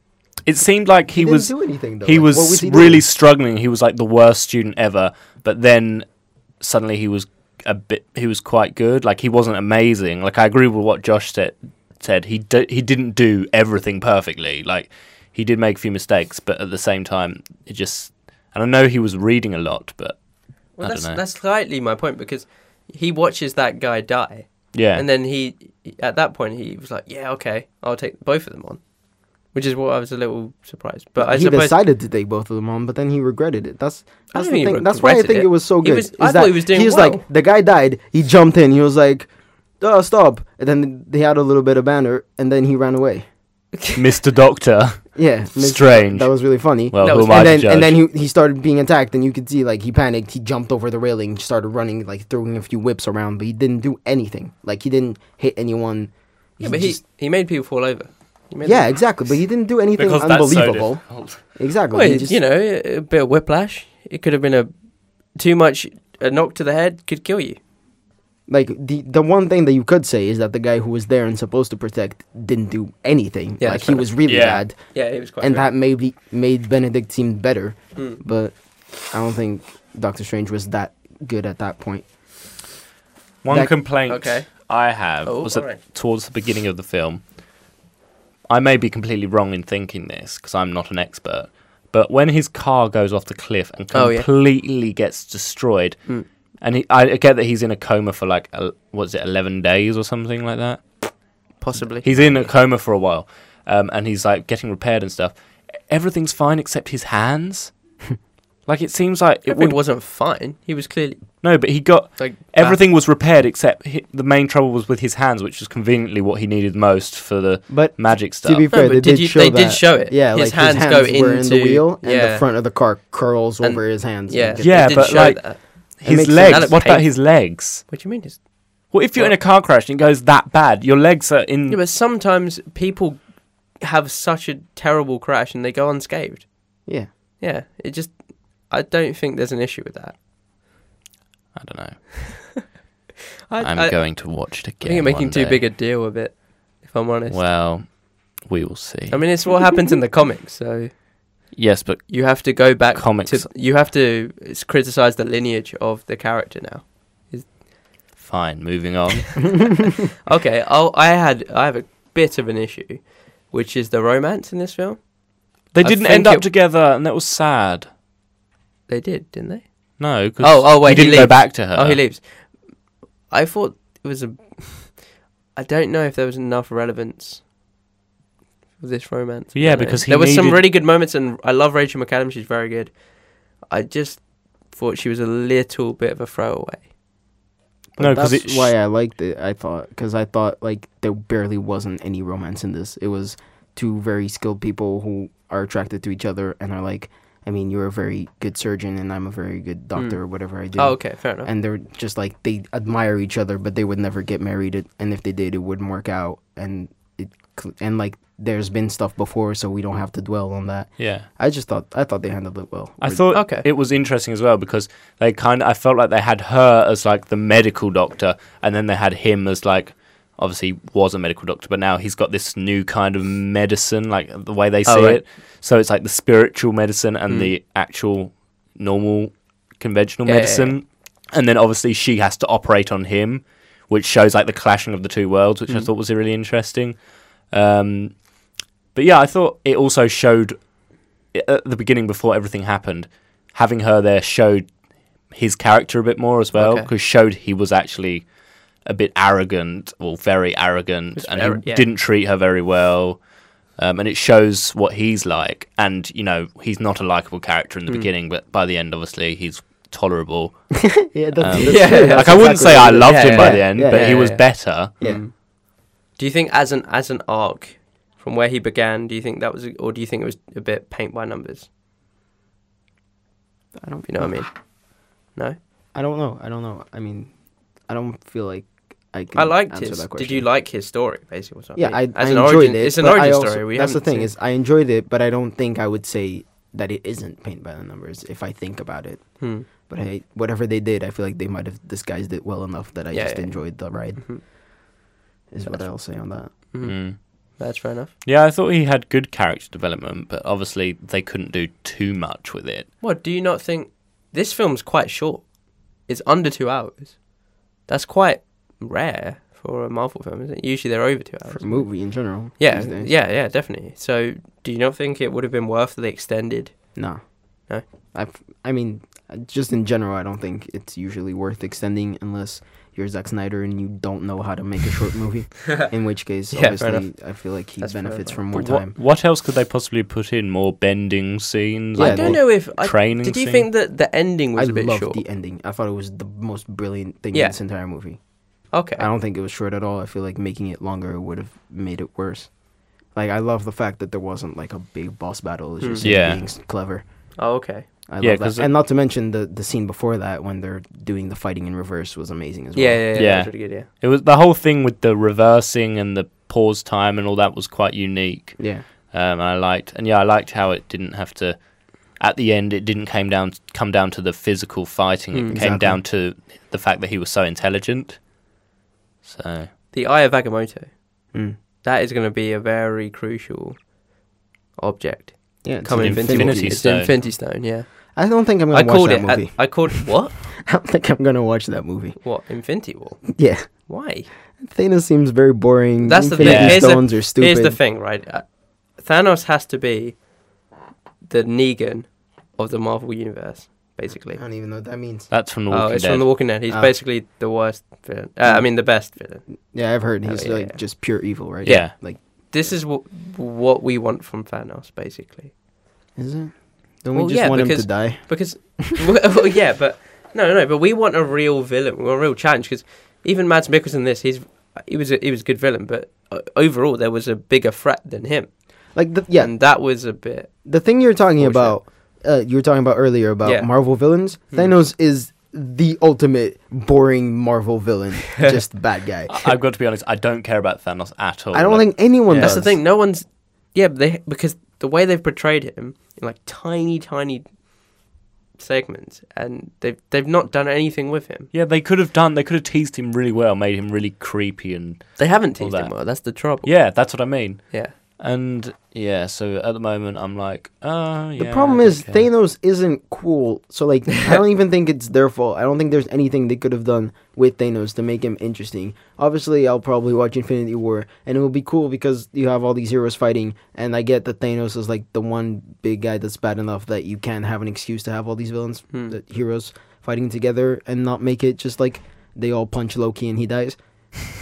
S2: it seemed like he,
S3: didn't
S2: was
S3: do anything though.
S2: he
S3: Like,
S2: was,
S3: what he
S2: really
S3: doing?
S2: struggling. He was like the worst student ever, but then suddenly he was a bit. He was quite good. Like he wasn't amazing. Like I agree with what Josh said. Said he d- he didn't do everything perfectly. Like he did make a few mistakes, but at the same time, it just. And I know he was reading a lot, but
S1: Well,
S2: I don't
S1: that's
S2: know.
S1: that's slightly my point because he watches that guy die,
S2: yeah,
S1: and then he at that point he was like, "Yeah, okay, I'll take both of them on," which is what I was a little surprised. But I
S3: he
S1: suppose
S3: decided to take both of them on, but then he regretted it. That's
S1: I
S3: that's
S1: don't
S3: the
S1: think he
S3: thing. That's why I
S1: regretted
S3: think
S1: it.
S3: it, was so
S1: He
S3: good.
S1: was-
S3: is
S1: I thought
S3: that
S1: he was doing
S3: He's
S1: well.
S3: like the guy died. He jumped in. He was like, "Oh, stop!" And then they had a little bit of banter, and then he ran away.
S4: Mr. Doctor.
S3: Yeah, mis-
S4: Strange.
S3: That was really funny.
S2: Well,
S1: That was-
S2: who am I
S3: and
S2: to
S3: then
S2: judge?
S3: and then he he started being attacked, and you could see like he panicked. He jumped over the railing, started running, like throwing a few whips around, but he didn't do anything. Like he didn't hit anyone.
S1: yeah, but he
S3: just-
S1: he made people fall over. He made
S3: yeah,
S1: them-
S3: exactly. But he didn't do anything
S2: because that's so
S3: unbelievable.
S2: difficult.
S3: exactly.
S1: Well,
S3: he
S1: it-
S3: just-
S1: you know, a a bit of whiplash. It could have been a too much. A knock to the head could kill you.
S3: like the the one thing that you could say is that the guy who was there and supposed to protect didn't do anything.
S1: Yeah, that's
S3: like he
S1: fair.
S3: was really
S4: Yeah.
S3: bad,
S1: Yeah, it was quite.
S3: and
S1: bad.
S3: that maybe made Benedict seem better.
S1: Mm.
S3: But I don't think Doctor Strange was that good at that point.
S2: One
S3: That-
S2: complaint
S1: Okay.
S2: I have
S1: Oh,
S2: was that
S1: alright.
S2: towards the beginning of the film, I may be completely wrong in thinking this because I'm not an expert, but when his car goes off the cliff and
S1: Oh, yeah.
S2: completely gets destroyed,
S1: Mm.
S2: and he, I get that he's in a coma for like, el- what's it, 11 days or something like that?
S1: possibly.
S2: He's in a coma for a while, um, and he's like getting repaired and stuff. Everything's fine except his hands. like it seems like it
S1: Everything
S2: would
S1: wasn't fine. He was clearly
S2: no, but he got
S1: like
S2: everything was repaired except hi the main trouble was with his hands, which was conveniently what he needed most for the
S3: But
S2: magic stuff.
S3: to be fair,
S1: but
S3: they
S1: did
S3: did,
S1: you-
S3: show
S1: they did
S3: that.
S1: show it.
S3: Yeah,
S1: His
S3: like
S1: hands
S3: his
S1: go
S3: hands were in the
S1: into-
S3: wheel, and
S1: yeah.
S3: the front of the car curls
S1: And-
S3: over his hands.
S1: Yeah,
S3: Like,
S2: Yeah,
S1: it did
S2: but
S1: show
S2: like-
S1: that.
S2: his
S3: makes
S2: legs.
S1: sense.
S2: What about
S1: Hey.
S2: his legs?
S1: What do you mean? It's,
S2: What if you're in a car crash and it goes that bad? Your legs are in.
S1: yeah, but sometimes people have such a terrible crash and they go unscathed.
S3: yeah.
S1: Yeah, it just. I don't think there's an issue with that.
S2: I don't know.
S1: I,
S2: I'm
S1: I-
S2: going to watch
S1: I
S2: it again.
S1: think you're making
S2: one
S1: too
S2: day.
S1: big a deal of it. If I'm honest,
S2: Well, we will see.
S1: I mean it's what happens in the comics, so
S2: yes, but
S1: you have to go back
S2: comics
S1: to you have to s- criticize the lineage of the character now.
S2: fine. Moving on.
S1: Okay, I'll, I had I have a bit of an issue, which is the romance in this film.
S2: They
S1: I
S2: didn't
S1: think
S2: end up
S1: it-
S2: together, and that was sad.
S1: They did, didn't they?
S2: No, 'cause
S1: Oh, oh wait,
S2: he didn't go
S1: leaves.
S2: back to her.
S1: Oh, he leaves. I thought it was a. I don't know if there was enough relevance for this romance. I
S2: Yeah,
S1: don't know.
S2: because he
S1: there was some
S2: needed-
S1: really good moments, and I love Rachel McAdams. She's very good. I just thought she was a little bit of a throwaway.
S3: But
S2: No, 'cause
S3: that's
S2: it sh-
S3: why I liked it. I thought because I thought like there barely wasn't any romance in this. It was two very skilled people who are attracted to each other and are like, I mean, you're a very good surgeon and I'm a very
S2: Hmm.
S3: good doctor
S1: Mm.
S3: or whatever I do.
S1: Oh, okay, fair enough.
S3: And they're just like they admire each other, but they would never get married. It- And if they did, it wouldn't work out. And it cl- and like there's been stuff before, so we don't have to dwell on that.
S2: Yeah.
S3: I just thought I thought they handled it well.
S2: I thought
S1: Okay.
S2: it was interesting as well because they kind of I felt like they had her as like the medical doctor and then they had him as like obviously was a medical doctor but now he's got this new kind of medicine like the way they see
S1: Oh, right.
S2: it so it's like the spiritual medicine and
S1: Mm.
S2: the actual normal conventional
S1: Yeah, yeah,
S2: medicine and then obviously she has to operate on him which shows like the clashing of the two worlds
S1: Hmm.
S2: which I thought was really interesting um but yeah, I thought it also showed i- at the beginning before everything happened, having her there showed his character a bit more as well
S1: Okay.
S2: because showed he was actually a bit arrogant or very arrogant
S1: Just
S2: and
S1: arro-
S2: he
S1: yeah.
S2: didn't treat her very well. Um, and it shows what he's like. And, you know, he's not a likable character in the beginning, but by the end, obviously, he's tolerable.
S3: yeah, that's, that's-
S2: Um,
S1: Yeah,
S3: that's
S1: yeah,
S2: like, I wouldn't
S3: exactly
S2: say I
S3: what it is.
S2: loved him by
S1: yeah,
S2: the end,
S3: yeah,
S2: but he
S1: yeah,
S2: was
S1: yeah.
S2: better.
S3: Yeah.
S1: Mm. Do you think as an as an arc from where he began? Do you think that was, a- or do you think it was a bit paint by numbers?
S3: I don't
S1: If you know what I mean. No,
S3: I don't know. I don't know. I mean, I don't feel like I can.
S1: I liked
S3: answer
S1: his.
S3: That question.
S1: Did you like his story? Basically, was what
S3: Yeah, I,
S1: mean.
S3: I
S1: an
S3: enjoyed
S1: origin,
S3: it.
S1: It's an
S3: but
S1: origin
S3: I also-
S1: story. We
S3: that's the
S1: haven't
S3: thing
S1: seen-
S3: is, I enjoyed it, but I don't think I would say that it isn't paint by the numbers if I think about it.
S1: Hmm.
S3: But I, whatever they did, I feel like they might have disguised it well enough that I
S1: Yeah,
S3: just
S1: yeah.
S3: enjoyed the ride.
S1: Mhm.
S3: Is what I'll say on that.
S1: Mhm.
S2: Mm.
S1: That's fair enough.
S2: Yeah, I thought he had good character development, but obviously they couldn't do too much with it.
S1: What do you not think? This film's quite short. It's under two hours. That's quite rare for a Marvel film, isn't it? Usually they're over two hours.
S3: For a movie in general.
S1: yeah,
S3: these days.
S1: yeah, yeah, definitely. So, do you not think it would have been worth the extended?
S3: No.
S1: No?
S3: I, I mean, uh, just in general, I don't think it's usually worth extending unless you're Zack Snyder and you don't know how to make a short movie. In which case,
S1: Yeah, fair
S3: obviously, I feel like he
S1: That's fair
S3: benefits
S1: enough.
S3: from more
S2: But
S3: time.
S2: What, what else could they possibly put in? More bending scenes?
S3: Yeah,
S1: I
S2: or
S1: don't
S2: more
S1: know if I,
S2: Training
S1: did you
S2: scene?
S1: think that the ending
S3: I
S1: was a bit
S3: loved
S1: short?
S3: the ending. I thought it was the most brilliant thing
S1: Yeah.
S3: in this entire movie.
S1: Okay,
S3: I don't think it was short at all. I feel like making it longer would have made it worse. Like I love the fact that there wasn't like a big boss battle. It's
S1: Hmm.
S3: just him
S2: Yeah.
S3: being s- clever.
S1: oh, okay.
S3: I
S2: Yeah,
S3: love
S2: 'cause
S3: that.
S2: it-
S3: and not to mention the the scene before that when they're doing the fighting in reverse was amazing as well.
S1: Yeah, yeah, yeah.
S2: Yeah.
S1: That's really good. Yeah.
S2: It was the whole thing with the reversing and the pause time and all that was quite unique.
S3: yeah.
S2: Um, I liked, and yeah, I liked how it didn't have to. At the end, it didn't came down come down to the physical fighting. it
S1: Mm.
S2: came
S3: Hmm, Exactly.
S2: down to the fact that he was so intelligent. So
S1: The Eye of Agamotto.
S3: Mm.
S1: That is going to be a very crucial object.
S3: Yeah, it's
S1: Coming
S3: an
S1: Infinity,
S3: infinity
S2: Infinity
S1: It's
S3: piece.
S2: Stone.
S1: the Infinity Stone. Yeah.
S3: I don't think I'm
S1: I
S3: gonna watch
S1: called
S3: that
S1: it.
S3: movie.
S1: I, I called what?
S3: I don't think I'm gonna watch that movie.
S1: What Infinity War?
S3: Yeah,
S1: Why?
S3: Thanos seems very boring.
S1: That's the
S3: Infinity
S2: thing.
S1: Here's the-
S3: Stones are stupid.
S1: Here's the thing, right? Uh, Thanos has to be the Negan of the Marvel universe,
S3: I
S1: basically.
S3: don't even know what that means.
S2: that's from the
S1: Oh,
S2: Walking
S1: it's
S2: Dead.
S1: from The Walking Dead. He's
S3: Oh.
S1: basically the worst villain. Uh, I mean, the best villain.
S3: Yeah, I've heard
S1: Oh,
S3: he's
S1: yeah,
S3: like
S1: yeah.
S3: just pure evil, right?
S2: Yeah.
S3: Like,
S1: This is w- what we want from Thanos, basically.
S3: is it? Don't
S1: Well,
S3: we just
S1: yeah,
S3: want him to
S1: because-
S3: die?
S1: Because, well, yeah, but no, no, but we want a real villain. We want a real challenge. Because even Mads Mikkelsen, this he's he was a, he was a good villain, but uh, overall there was a bigger threat than him.
S3: Like, the, yeah,
S1: and that was a bit.
S3: the thing you're talking
S1: Bullshit.
S3: about, uh, you were talking about earlier about
S1: Yeah.
S3: Marvel villains.
S1: Hmm.
S3: Thanos is the ultimate boring Marvel villain, just bad guy.
S2: I- I've got to be honest. I don't care about Thanos at all.
S3: I don't
S2: Like,
S3: think anyone
S1: That's
S3: does.
S1: the thing. No one's. Yeah, but they because the way they've portrayed him in like tiny, tiny segments, and they've they've not done anything with him.
S2: Yeah, they could have done. They could have teased him really well, made him really creepy, and
S1: They haven't
S2: All
S1: teased him
S2: that.
S1: well. That's the trouble.
S2: yeah, that's what I mean.
S1: yeah.
S2: And yeah, so at the moment, I'm like, oh, yeah.
S3: The problem is
S2: okay.
S3: Thanos isn't cool. So like I don't even think it's their fault. I don't think there's anything they could have done with Thanos to make him interesting. Obviously, I'll probably watch Infinity War and it will be cool because you have all these heroes fighting and I get that Thanos is like the one big guy that's bad enough that you can have an excuse to have all these villains
S1: Hmm.
S3: the heroes fighting together and not make it just like they all punch Loki and he dies.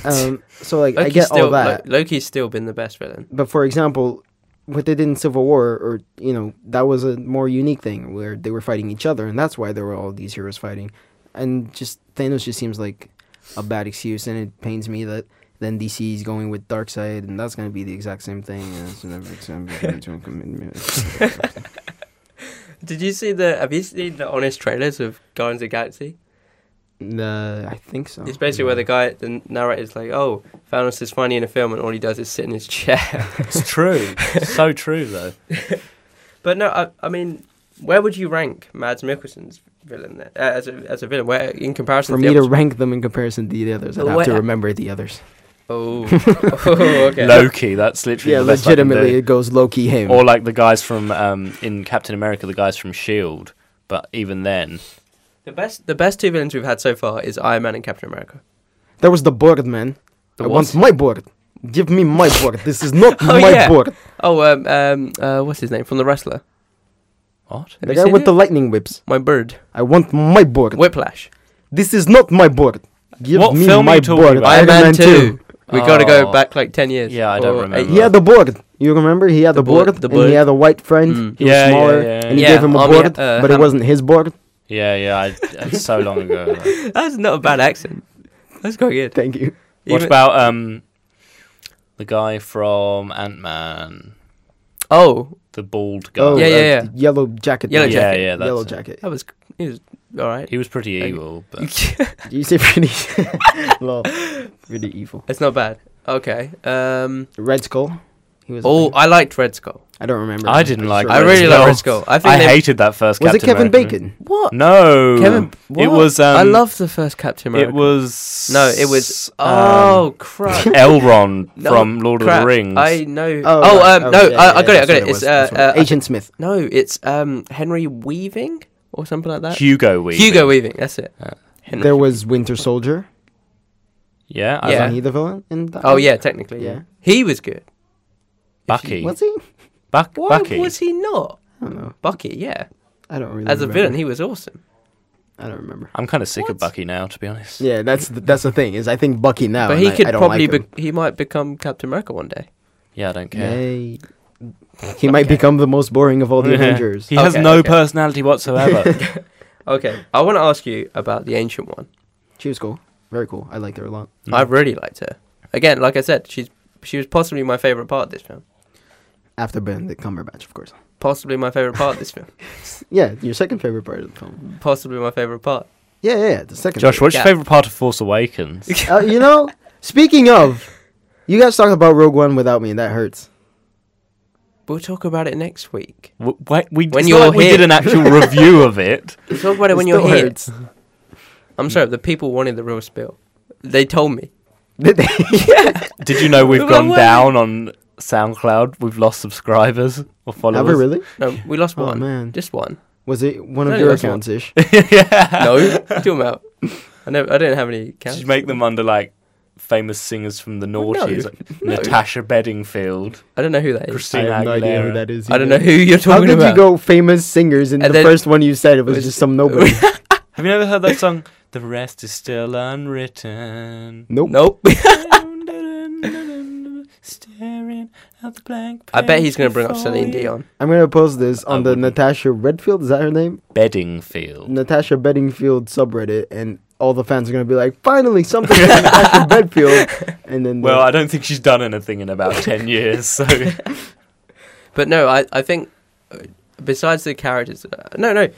S3: Um so like I
S1: Loki's
S3: get
S1: still,
S3: all that.
S1: Lo- Loki's still been the best villain.
S3: But for example, what they did in Civil War, or you know, that was a more unique thing where they were fighting each other, and that's why there were all these heroes fighting. And just Thanos just seems like a bad excuse, and it pains me that then DC is going with Darkseid, and that's going to be the exact same thing. And it's never
S1: Did you see the? Have you seen the honest trailers of Guardians of the Galaxy?
S3: uh, I think so.
S1: It's basically where the guy, the narrator's like, "Oh, Thanos is finally in a film, and all he does is sit in his chair."
S2: It's true. so true, though.
S1: but no, I, I mean, where would you rank Mads Mikkelsen's villain then, uh, as a as a villain? Where in comparison
S3: For
S1: to
S3: me
S1: the
S3: to
S1: others?
S3: rank them in comparison to the others, I'd
S1: The
S3: have to
S1: way-
S3: remember the others.
S1: Oh, Oh, okay.
S2: Loki. That's literally
S3: Yeah,
S2: the best I can
S3: legitimately,
S2: do.
S3: it goes Loki him.
S2: Or like the guys from um, in Captain America, the guys from Shield. E But even then,
S1: The best, the best two villains we've had so far is Iron Man and Captain America.
S3: There was the board, man.
S2: The
S3: I
S2: what?
S3: want my board. Give me my board. This is not
S1: Oh,
S3: my
S1: yeah.
S3: board.
S1: Oh, um, um, uh, what's his name from the wrestler?
S2: what?
S1: Have
S3: the
S1: you
S3: guy
S1: seen
S3: with
S1: it?
S3: the lightning whips.
S1: my bird
S3: I want my board.
S1: Whiplash.
S3: This is not my board. Give
S2: What
S3: me
S2: film are
S3: my
S2: you talking
S3: board.
S2: about?
S1: Iron Man, two. We got to go
S2: Oh.
S1: back like ten years.
S2: Yeah, I don't remember.
S1: eight
S3: He had the board. You remember? He had
S1: The
S3: the,
S1: board-
S3: board,
S1: the
S3: and
S1: board.
S3: he had a white friend.
S1: Mm.
S3: He was
S2: Yeah, yeah,
S3: smaller,
S2: yeah,
S3: and he
S1: yeah.
S3: gave him a
S1: Yeah,
S3: board,
S1: Army- uh,
S3: but it
S1: Ham-
S3: wasn't his board.
S2: Yeah, yeah. I, it's so long ago.
S1: years. That's not a bad accent. That's quite good.
S3: Thank you.
S2: What
S1: Even-
S2: about um, the guy from Ant Man,
S1: Oh,
S2: the bald guy?
S3: Oh,
S1: Yeah,
S3: uh,
S1: yeah, yeah.
S3: Yellow jacket.
S1: Yellow
S3: man.
S2: yeah, yeah. That's
S3: Yellow
S2: it.
S3: jacket.
S1: that was he was all right.
S2: He was pretty
S1: Okay.
S2: evil, but
S3: You say pretty, lol, pretty evil.
S1: it's not bad. Okay. Um.
S3: Red Skull. He was. a
S1: Oh,
S3: thing.
S1: I liked Red Skull.
S3: I don't remember.
S2: I
S3: him.
S2: didn't
S3: I'm
S2: like
S3: sure
S1: I
S2: Red
S1: really
S2: Skull.
S1: like Red Skull. I think
S2: I
S1: they-
S2: hated that first.
S3: Was it
S2: Captain
S3: Kevin
S2: America.
S3: Bacon?
S1: What?
S2: No,
S1: Kevin.
S2: It
S1: what?
S2: was. Um,
S1: I love the first Captain America.
S2: It was.
S1: No, it was.
S2: um,
S1: Oh crap.
S2: Elrond
S1: No,
S2: from Lord of
S1: crap.
S2: the Rings.
S1: I know.
S3: Oh,
S1: Oh,
S3: right.
S1: um,
S3: Oh,
S1: no,
S3: yeah,
S1: I,
S3: yeah,
S1: I got it. I
S3: that's
S1: got
S3: what
S1: it.
S3: it
S1: It's uh,
S3: was, that's what it
S1: uh,
S3: was. Agent Smith.
S1: No, it's um Henry Weaving or something like that.
S2: Hugo Weaving.
S1: Hugo Weaving. That's it.
S2: Yeah.
S1: Henry.
S3: There was Winter Soldier.
S2: Yeah, I
S1: Yeah.
S3: Wasn't he the villain? In that
S1: oh
S3: one?
S1: yeah, technically. Yeah.
S3: Yeah.
S1: He was good.
S2: Bucky.
S3: Was he?
S2: Buck-
S1: Why
S2: Bucky.
S1: was he not?
S3: I don't know.
S1: Bucky. Yeah.
S3: I don't really.
S1: As a
S3: remember.
S1: villain, he was awesome.
S3: I don't remember.
S2: I'm kind of sick of Bucky now, to be honest.
S3: Yeah, that's the, that's the thing is I think Bucky now.
S1: but
S3: and
S1: he
S3: I-
S1: could
S3: I don't
S1: probably
S3: like him.
S1: be- he might become Captain America one day.
S2: Yeah, I don't care.
S3: Yay. He might become the most boring of all the
S2: Yeah.
S3: Avengers.
S2: He has
S1: Okay,
S2: no
S1: okay.
S2: personality whatsoever.
S1: Okay, I want to ask you about the ancient one.
S3: She was cool. Very cool. I liked her a lot.
S1: I
S2: Mm.
S1: really liked her. Again, like I said, she's she was possibly my favorite part of this film.
S3: After Benedict Cumberbatch, of course.
S1: Possibly my favorite part of this film.
S3: Yeah, your second favorite part of the film.
S1: Possibly my favorite part.
S3: Yeah, yeah, yeah the second.
S2: Josh, what's your
S1: Yeah.
S2: favorite part of Force Awakens?
S3: favorite. Uh, you know, speaking of, you guys talked about Rogue One without me, and that hurts.
S1: We'll talk about it next week.
S2: W- wait, we,
S1: When
S2: it's
S1: you're
S2: not like we
S1: here.
S2: did an actual review of it.
S1: We'll talk about it,
S3: It
S1: when you're
S3: still
S1: here.
S3: hurts.
S1: I'm sorry, the people wanted the real spill. They told me.
S3: Did they?
S2: Did you know we've
S1: But
S2: gone
S1: why-
S2: down on SoundCloud? We've lost subscribers or
S3: Have we
S2: followers.
S3: really?
S1: No, we lost
S3: Oh,
S1: one.
S3: man.
S1: Just one.
S3: Was it one of
S1: No,
S3: your
S1: that's not-
S3: accounts ish?
S2: yeah.
S1: No, do them out. I never, I didn't have any counts.
S2: Should make them under like famous singers from the noughties, like Natasha Bedingfield,
S1: I don't know who that is.
S2: Christina Aguilera.
S3: is.
S1: I don't know who you're
S3: How
S1: talking
S3: did
S1: about.
S3: you go famous singers and,
S1: And
S3: the
S1: then-
S3: first one you said it was
S1: was-
S3: just some nobody?
S2: Have you ever heard that song? The rest is still unwritten.
S3: nope.
S1: Nope.
S2: Staring at the blank.
S1: I bet he's going to
S2: page
S1: bring up
S2: before
S1: Celine
S2: you.
S1: Dion.
S3: I'm gonna post this
S2: I
S3: on the
S2: wouldn't.
S3: Natasha Redfield. Is that her name?
S2: Bedingfield.
S3: Natasha Bedingfield subreddit, and all the fans are gonna be like, "Finally, something from Natasha Bedfield." And then,
S2: Well,
S3: the-
S2: I don't think she's done anything in about ten years. So
S1: But no, I, I think uh, besides the characters, uh, no, no,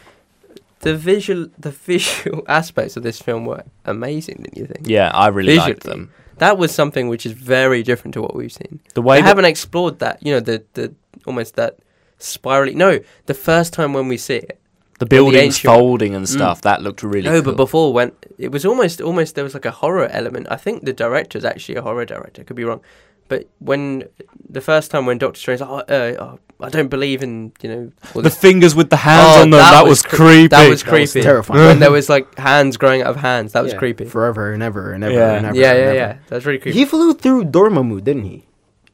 S1: the visual the visual aspects of this film were amazing. Didn't you think?
S2: yeah, I really liked
S1: Visually.
S2: them.
S1: That was something which is very different to what we've seen.
S2: The
S1: I
S2: way that
S1: haven't explored that. You know, the the almost that spirally. No, the first time when we see it.
S2: the buildings
S1: ancient-
S2: folding and stuff that looked really.
S1: no,
S2: cool.
S1: but before when it was almost almost there was like a horror element. I think the director's actually a horror director. Could be wrong. But when the first time when Doctor Strange, oh, uh, oh, I don't believe in you know all
S4: The
S1: this
S4: fingers with the hands
S1: Oh,
S4: on them,
S1: that
S4: that,
S1: was
S4: was,
S1: cre-
S4: creepy.
S1: That was
S3: That was
S1: creepy.
S3: terrifying.
S1: when there was like hands growing out of hands, that was
S3: Yeah,
S1: creepy.
S3: Forever and ever and ever
S2: Yeah.
S3: and ever.
S1: yeah,
S3: and
S1: yeah,
S3: ever.
S1: yeah. That was really creepy.
S3: He flew through Dormammu, didn't he?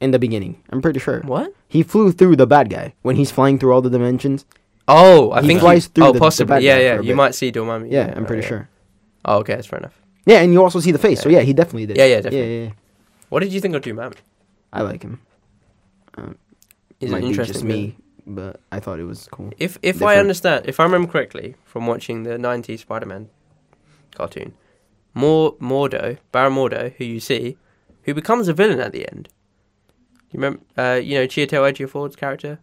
S3: In the beginning, I'm pretty sure.
S1: what?
S3: He flew through the bad guy when he's flying through all the dimensions.
S1: Oh, I
S3: He
S1: think
S3: flies
S1: he,
S3: through
S1: Oh,
S3: the- the
S1: possibly.
S3: bad
S1: yeah,
S3: guy
S1: yeah.
S3: for a
S1: You
S3: bit.
S1: might see Dormammu.
S3: Yeah, I'm
S1: no,
S3: pretty
S1: yeah.
S3: sure.
S1: Oh, okay, that's fair enough.
S3: Yeah, and you also see the face. So yeah, he definitely did.
S1: Yeah, yeah, definitely.
S3: Yeah, yeah.
S1: What did you think of Dormammu?
S3: I like him. Um,
S1: Is
S3: might
S1: it
S3: be
S1: interesting?
S3: just me, but I thought it was cool.
S1: If if I
S3: Different.
S1: understand, if I remember correctly from watching the '90s Spider-Man cartoon, Mor Mordo, Baron Mordo, who you see, who becomes a villain at the end. You remember, uh, you know, Chioto Ejiofor's character,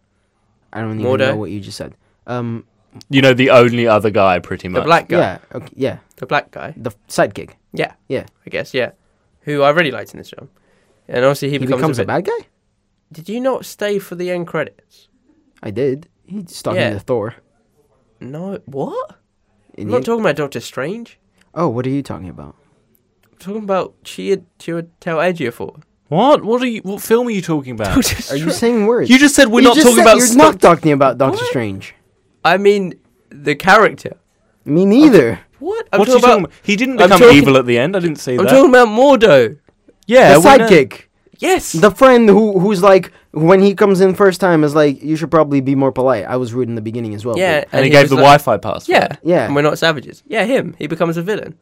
S3: I don't even
S1: Mordo?
S3: know what you just said. Um,
S2: you know the only other guy pretty
S1: the
S2: much.
S1: black guy,
S3: yeah, okay, yeah,
S1: the black guy.
S3: the f- sidekick.
S1: Yeah.
S3: Yeah.
S1: I guess, yeah. Who I really liked in this film. And obviously he,
S3: He,
S1: becomes,
S3: becomes, a,
S1: bit-
S3: bad guy.
S1: Did you not stay for the end credits?
S3: I did. He's talking
S1: Yeah.
S3: to Thor.
S1: No. What? I'm
S3: in the
S1: not
S3: end-
S1: talking about Doctor Strange.
S3: oh, what are you talking about?
S1: I'm talking about Chia Chia Tell Ejiofor.
S2: What? What are you? What film are you talking about?
S3: Are you saying words?
S2: you just said we're
S3: You
S2: not
S3: just
S2: talking
S3: said
S2: about.
S3: You're
S2: stuff-
S3: not talking about Doctor Strange.
S1: I mean the character.
S3: Me neither.
S1: What? I'm
S2: What are you
S1: talking
S2: talking
S1: about,
S2: about? He didn't
S1: I'm
S2: become
S1: talking-
S2: evil at the end. I didn't see
S1: I'm
S2: that.
S1: talking about Mordo.
S2: yeah,
S3: the
S2: we know.
S3: sidekick,
S1: Yes.
S3: the friend who who's like when he comes in first time is like you should probably be more polite. I was rude in the beginning as well.
S1: yeah.
S3: but-
S2: And, he,
S1: was
S2: gave the
S1: like-
S2: Wi-Fi password.
S1: Yeah.
S3: Yeah.
S1: And we're not savages. Yeah, him. He becomes a villain.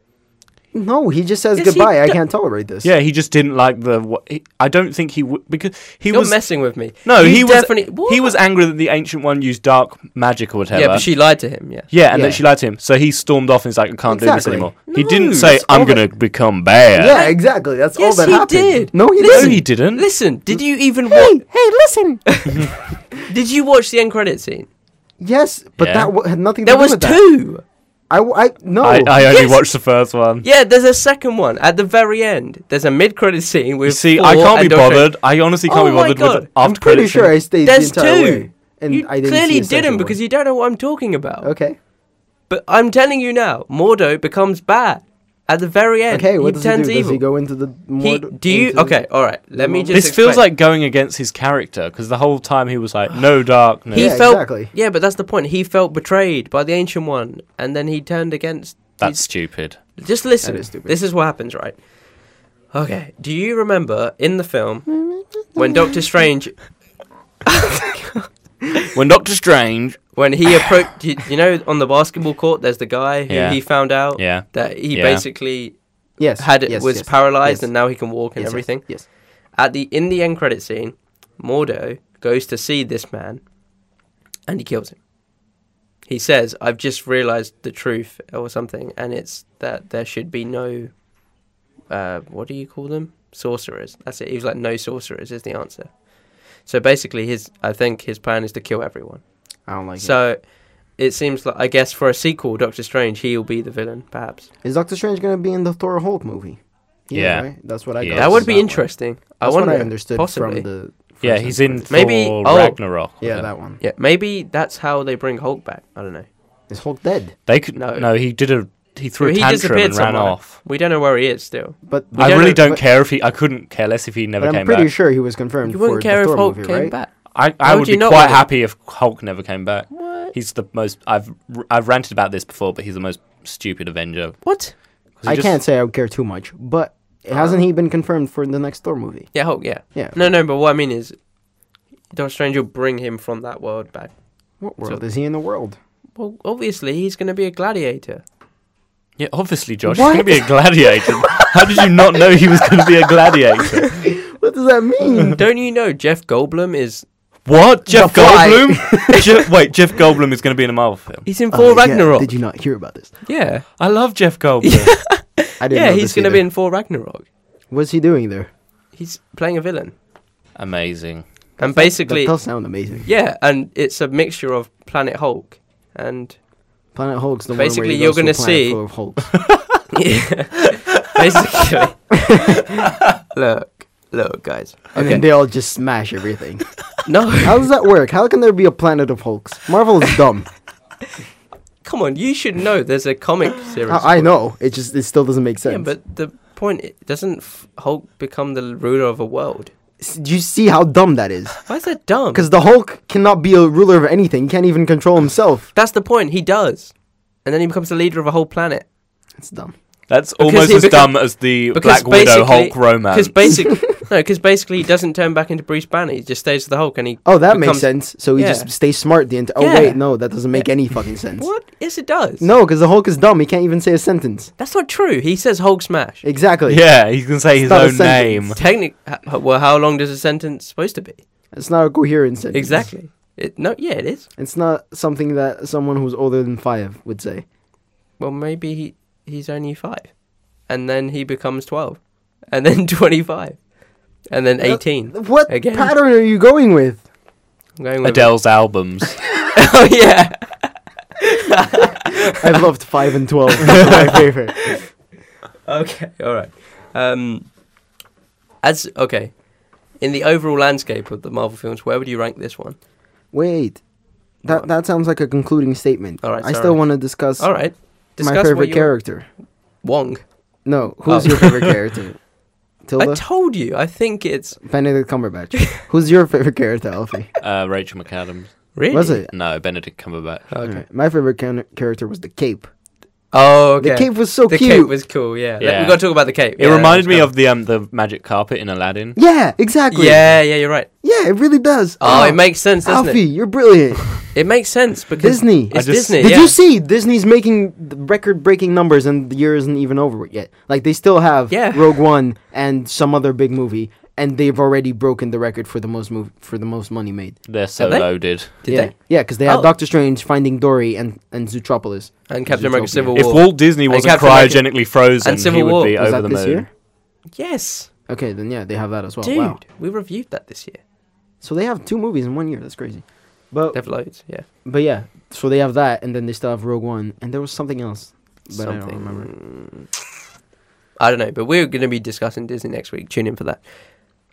S3: No, he just says
S1: Yes, he
S3: goodbye. I
S1: do-
S3: can't tolerate this.
S2: Yeah, he just didn't like the. wha- He, I don't think he would because he
S1: You're
S2: was.
S1: messing with me.
S2: no,
S1: You
S2: he was.
S1: definitely
S2: He was
S1: What?
S2: angry that the ancient one used dark magic or whatever.
S1: Yeah, but she lied to him, yeah.
S2: Yeah, and
S3: Yeah.
S2: that she lied to him. So he stormed off and he's like, I can't do this
S3: Exactly.
S2: anymore. he
S1: No,
S2: didn't say,
S3: that's all
S2: I'm going to become bad.
S3: Yeah, exactly. That's
S1: Yes,
S3: all that
S1: he
S3: happened.
S1: did.
S3: No, he
S2: No,
S3: didn't.
S2: he didn't.
S1: Listen, did you even
S3: Hey,
S1: watch
S3: hey, listen.
S1: Did you watch the end credit scene?
S3: yes, but
S2: Yeah.
S3: that w- had nothing
S1: There
S3: to do
S1: was
S3: with that.
S1: two.
S3: I, w- I no.
S2: I, I only
S1: Yes.
S2: watched the first one.
S1: Yeah, there's a second one at the very end. There's a mid-credit scene with.
S2: You see, I
S1: Thor
S2: can't
S1: and
S2: be
S1: Doctor-
S2: bothered. I honestly can't
S1: Oh
S2: be
S1: my
S2: bothered
S1: God.
S2: with
S3: I'm
S2: after
S3: pretty
S2: credits
S3: sure I
S2: and-
S3: stayed
S1: There's
S3: the entire
S1: two.
S3: way, and
S1: you
S3: I didn't
S1: clearly
S3: see a second
S1: didn't because
S3: one.
S1: you don't know what I'm talking about.
S3: Okay.
S1: But I'm telling you now, Mordo becomes bad at the very end.
S3: Okay. What
S1: he
S3: does
S1: turns
S3: he do? Does
S1: evil.
S3: he go into the
S1: He-
S3: more?
S1: do you?
S3: into-
S1: Okay, all right. Let me
S3: This
S1: just.
S2: This feels
S1: explain.
S2: like going against his character because the whole time he was like, no darkness.
S1: he
S3: Yeah,
S1: felt.
S3: exactly.
S1: Yeah, but that's the point. He felt betrayed by the ancient one, and then he turned against.
S2: That's stupid.
S1: Just listen.
S3: That is stupid.
S1: This is what happens, right? Okay. Do you remember in the film when Doctor Strange
S2: When Doctor Strange
S1: when he approached, you, you know, on the basketball court, there's the guy who
S2: Yeah.
S1: he found out
S2: Yeah.
S1: that he
S2: Yeah.
S1: basically
S3: Yes,
S1: had it
S3: yes,
S1: was
S3: yes,
S1: paralyzed
S3: yes,
S1: and now he can walk and
S3: yes, yes,
S1: everything.
S3: Yes,
S1: At the in the end credit scene, Mordo goes to see this man, and he kills him. He says, "I've just realized the truth or something, and it's that there should be no, uh, what do you call them? Sorcerers. That's it. He was like, no sorcerers is the answer. So basically, his I think his plan is to kill everyone.
S3: I don't like
S1: so." It seems like I guess for a sequel, Doctor Strange, he'll be the villain, perhaps.
S3: it. Is Doctor Strange gonna be in the Thor Holt movie?
S2: Yeah.
S3: right? that's what I.
S2: Yeah.
S3: got
S2: Yes.
S1: that would
S3: from
S1: be
S3: one.
S1: interesting. I
S3: That's
S1: wonder.
S3: what I understood
S1: possibly.
S3: from the. first
S2: Yeah,
S3: end
S2: he's in
S3: credits.
S1: Maybe-
S2: Thor
S1: oh.
S2: Ragnarok. I
S3: Yeah,
S2: think.
S3: that one.
S1: Yeah, maybe that's how they bring Hulk back. I don't know.
S3: Is Hulk dead?
S2: They could
S1: No.
S2: no. he did a he threw
S1: Well,
S2: a
S1: he
S2: tantrum
S1: disappeared
S2: and ran
S1: somewhere.
S2: off.
S1: We don't know where he is still.
S3: But
S1: We
S2: I
S1: don't
S2: really
S1: know-
S2: don't
S3: but-
S2: care if he. I couldn't care less if he never
S3: But I'm
S2: came
S3: pretty
S2: back.
S3: sure he was confirmed
S1: You
S3: for
S1: wouldn't care
S3: the
S1: if
S3: Thor
S1: Hulk
S3: movie,
S1: came
S3: right?
S1: back.
S2: I,
S1: How
S2: I would
S1: do you
S2: be
S1: not
S2: quite
S1: want it?
S2: happy if Hulk never came back. He's the most I've r- I've ranted about this before, but he's the most stupid Avenger.
S1: What?
S2: 'Cause he
S3: I
S2: just-
S3: can't say I would care too much, but hasn't he been confirmed for the next Thor movie?
S1: Yeah, Hulk. Yeah.
S3: Yeah.
S1: Uh, No, no. But what I mean is, Doctor Strange will bring him from that world back.
S3: What world is he in the world?
S1: Well, obviously he's going to be a gladiator.
S2: Yeah, obviously, Josh. He's gonna be a gladiator. How did you not know he was gonna be a gladiator?
S3: What does that mean?
S1: don't you know Jeff Goldblum is?
S2: What? Jeff
S1: The Fly.
S2: Goldblum? Je- wait, Jeff Goldblum is going to be in a Marvel film.
S1: He's in Thor Ragnarok. Yeah.
S3: Uh, Oh, Did you not hear about this?
S1: Yeah,
S2: I love Jeff Goldblum.
S3: I didn't. know
S1: he's
S3: this
S1: going to
S3: either.
S1: be in Thor Ragnarok.
S3: What's he doing there?
S1: He's playing a villain,
S2: Amazing.
S1: and
S3: That
S1: basically,
S3: does sound amazing.
S1: yeah, and it's a mixture of Planet Hulk and
S3: Planet Hulk's the
S1: Basically,
S3: one where he
S1: you're
S3: goes to a
S1: gonna
S3: planet
S1: see-
S3: full of Hulk.
S1: basically. look, look, guys.
S3: and then they all just smash everything.
S1: No.
S3: How does that work? How can there be a planet of Hulks? Marvel is dumb.
S1: Come on, you should know. There's a comic series.
S3: I, I know. It just it still doesn't make sense.
S1: Yeah, but the point i- doesn't F- Hulk become the ruler of a world?
S3: S- do you see how dumb that is?
S1: Why is that dumb?
S3: Because the Hulk cannot be a ruler of anything. He can't even control himself.
S1: that's the point. He does, and then he becomes the leader of a whole planet.
S3: That's dumb.
S2: That's
S1: Because
S2: almost
S1: he
S2: as
S1: beca-
S2: dumb as the
S1: Because
S2: Black Widow
S1: basically-
S2: Hulk
S1: Because
S2: romance.
S1: basically, no, because basically he doesn't turn back into Bruce Banner. He just stays with the Hulk, and he.
S3: Oh, that
S1: becomes-
S3: makes sense. So he
S1: Yeah.
S3: just stays smart the entire. Oh
S1: Yeah.
S3: wait, no, that doesn't make any fucking sense.
S1: What? Yes, it does.
S3: No, because the Hulk is dumb. He can't even say a sentence.
S1: that's not true. He says Hulk smash.
S3: Exactly.
S2: yeah, he can say his
S3: not a
S2: own
S3: sentence.
S2: name.
S1: Technic. h- Well, how long does a sentence supposed to be?
S3: It's not a coherent sentence.
S1: Exactly. It, no. Yeah, it is.
S3: It's not something that someone who's older than five would say.
S1: Well, maybe he, he's only five, and then he becomes twelve, and then twenty-five, and then eighteen.
S3: Uh, What
S1: Again.
S3: pattern are you going with?
S1: I'm going with
S2: Adele's albums.
S1: oh yeah.
S3: I loved five and twelve. my favorite.
S1: Okay. All right. Um, as okay, in the overall landscape of the Marvel films, where would you rank this one?
S3: Wait, that that sounds like a concluding statement.
S1: All right,
S3: I still
S1: sorry.
S3: want to discuss,
S1: All right. Discuss
S3: my
S1: what
S3: favorite
S1: your-
S3: character.
S1: Wong.
S3: No, who's
S1: Oh.
S3: your favorite character?
S1: I
S3: Tilda.
S1: told you. I think it's
S3: Benedict Cumberbatch. who's your favorite character, Alfie?
S2: Uh, Rachel McAdams.
S1: really.
S3: Was it?
S2: No, Benedict Cumberbatch.
S1: Okay.
S3: Alright, My favorite char- character was the cape.
S1: Oh, okay.
S3: The cape was so
S1: The
S3: cute.
S1: cape was cool. Yeah. Let-
S2: Yeah.
S1: we got to talk about the cape.
S2: It reminded me of the um, the magic carpet in Aladdin.
S3: yeah, exactly.
S1: Yeah. Yeah. You're right.
S3: yeah, it really does.
S1: Oh, it makes sense, doesn't
S3: Ah, Alfie,
S1: it?
S3: you're brilliant.
S1: It makes sense because
S3: Disney.
S1: It's
S2: I just-
S1: Disney.
S3: Did
S1: yeah.
S3: you see Disney's making record breaking numbers and the year isn't even over yet? Like they still have
S1: Yeah.
S3: Rogue One and some other big movie and they've already broken the record for the most mov- for the most money made.
S2: They're so
S1: Are they?
S2: loaded.
S1: Did
S3: yeah.
S1: they?
S3: Yeah, cuz they had
S1: Oh.
S3: Doctor Strange, Finding Dory and and Zootropolis.
S1: And Captain America:
S3: Zootopia.
S1: Civil
S2: If
S1: War.
S2: Walt Disney
S1: And
S2: wasn't
S1: Captain America-
S2: cryogenically frozen,
S1: and Civil
S2: he would
S1: War.
S2: be
S3: Was
S2: over
S3: that
S2: the
S3: this
S2: moon.
S3: year?
S1: yes,
S3: Okay, then yeah, they have that as well.
S1: dude,
S3: Wow.
S1: we reviewed that this year.
S3: So they have two movies in one year. That's crazy. But
S1: They've loads, yeah.
S3: but yeah, so they have that and then they still have Rogue One and there was something else. But I don't remember.
S1: remember. I don't know, but we're going to be discussing Disney next week. Tune in for that.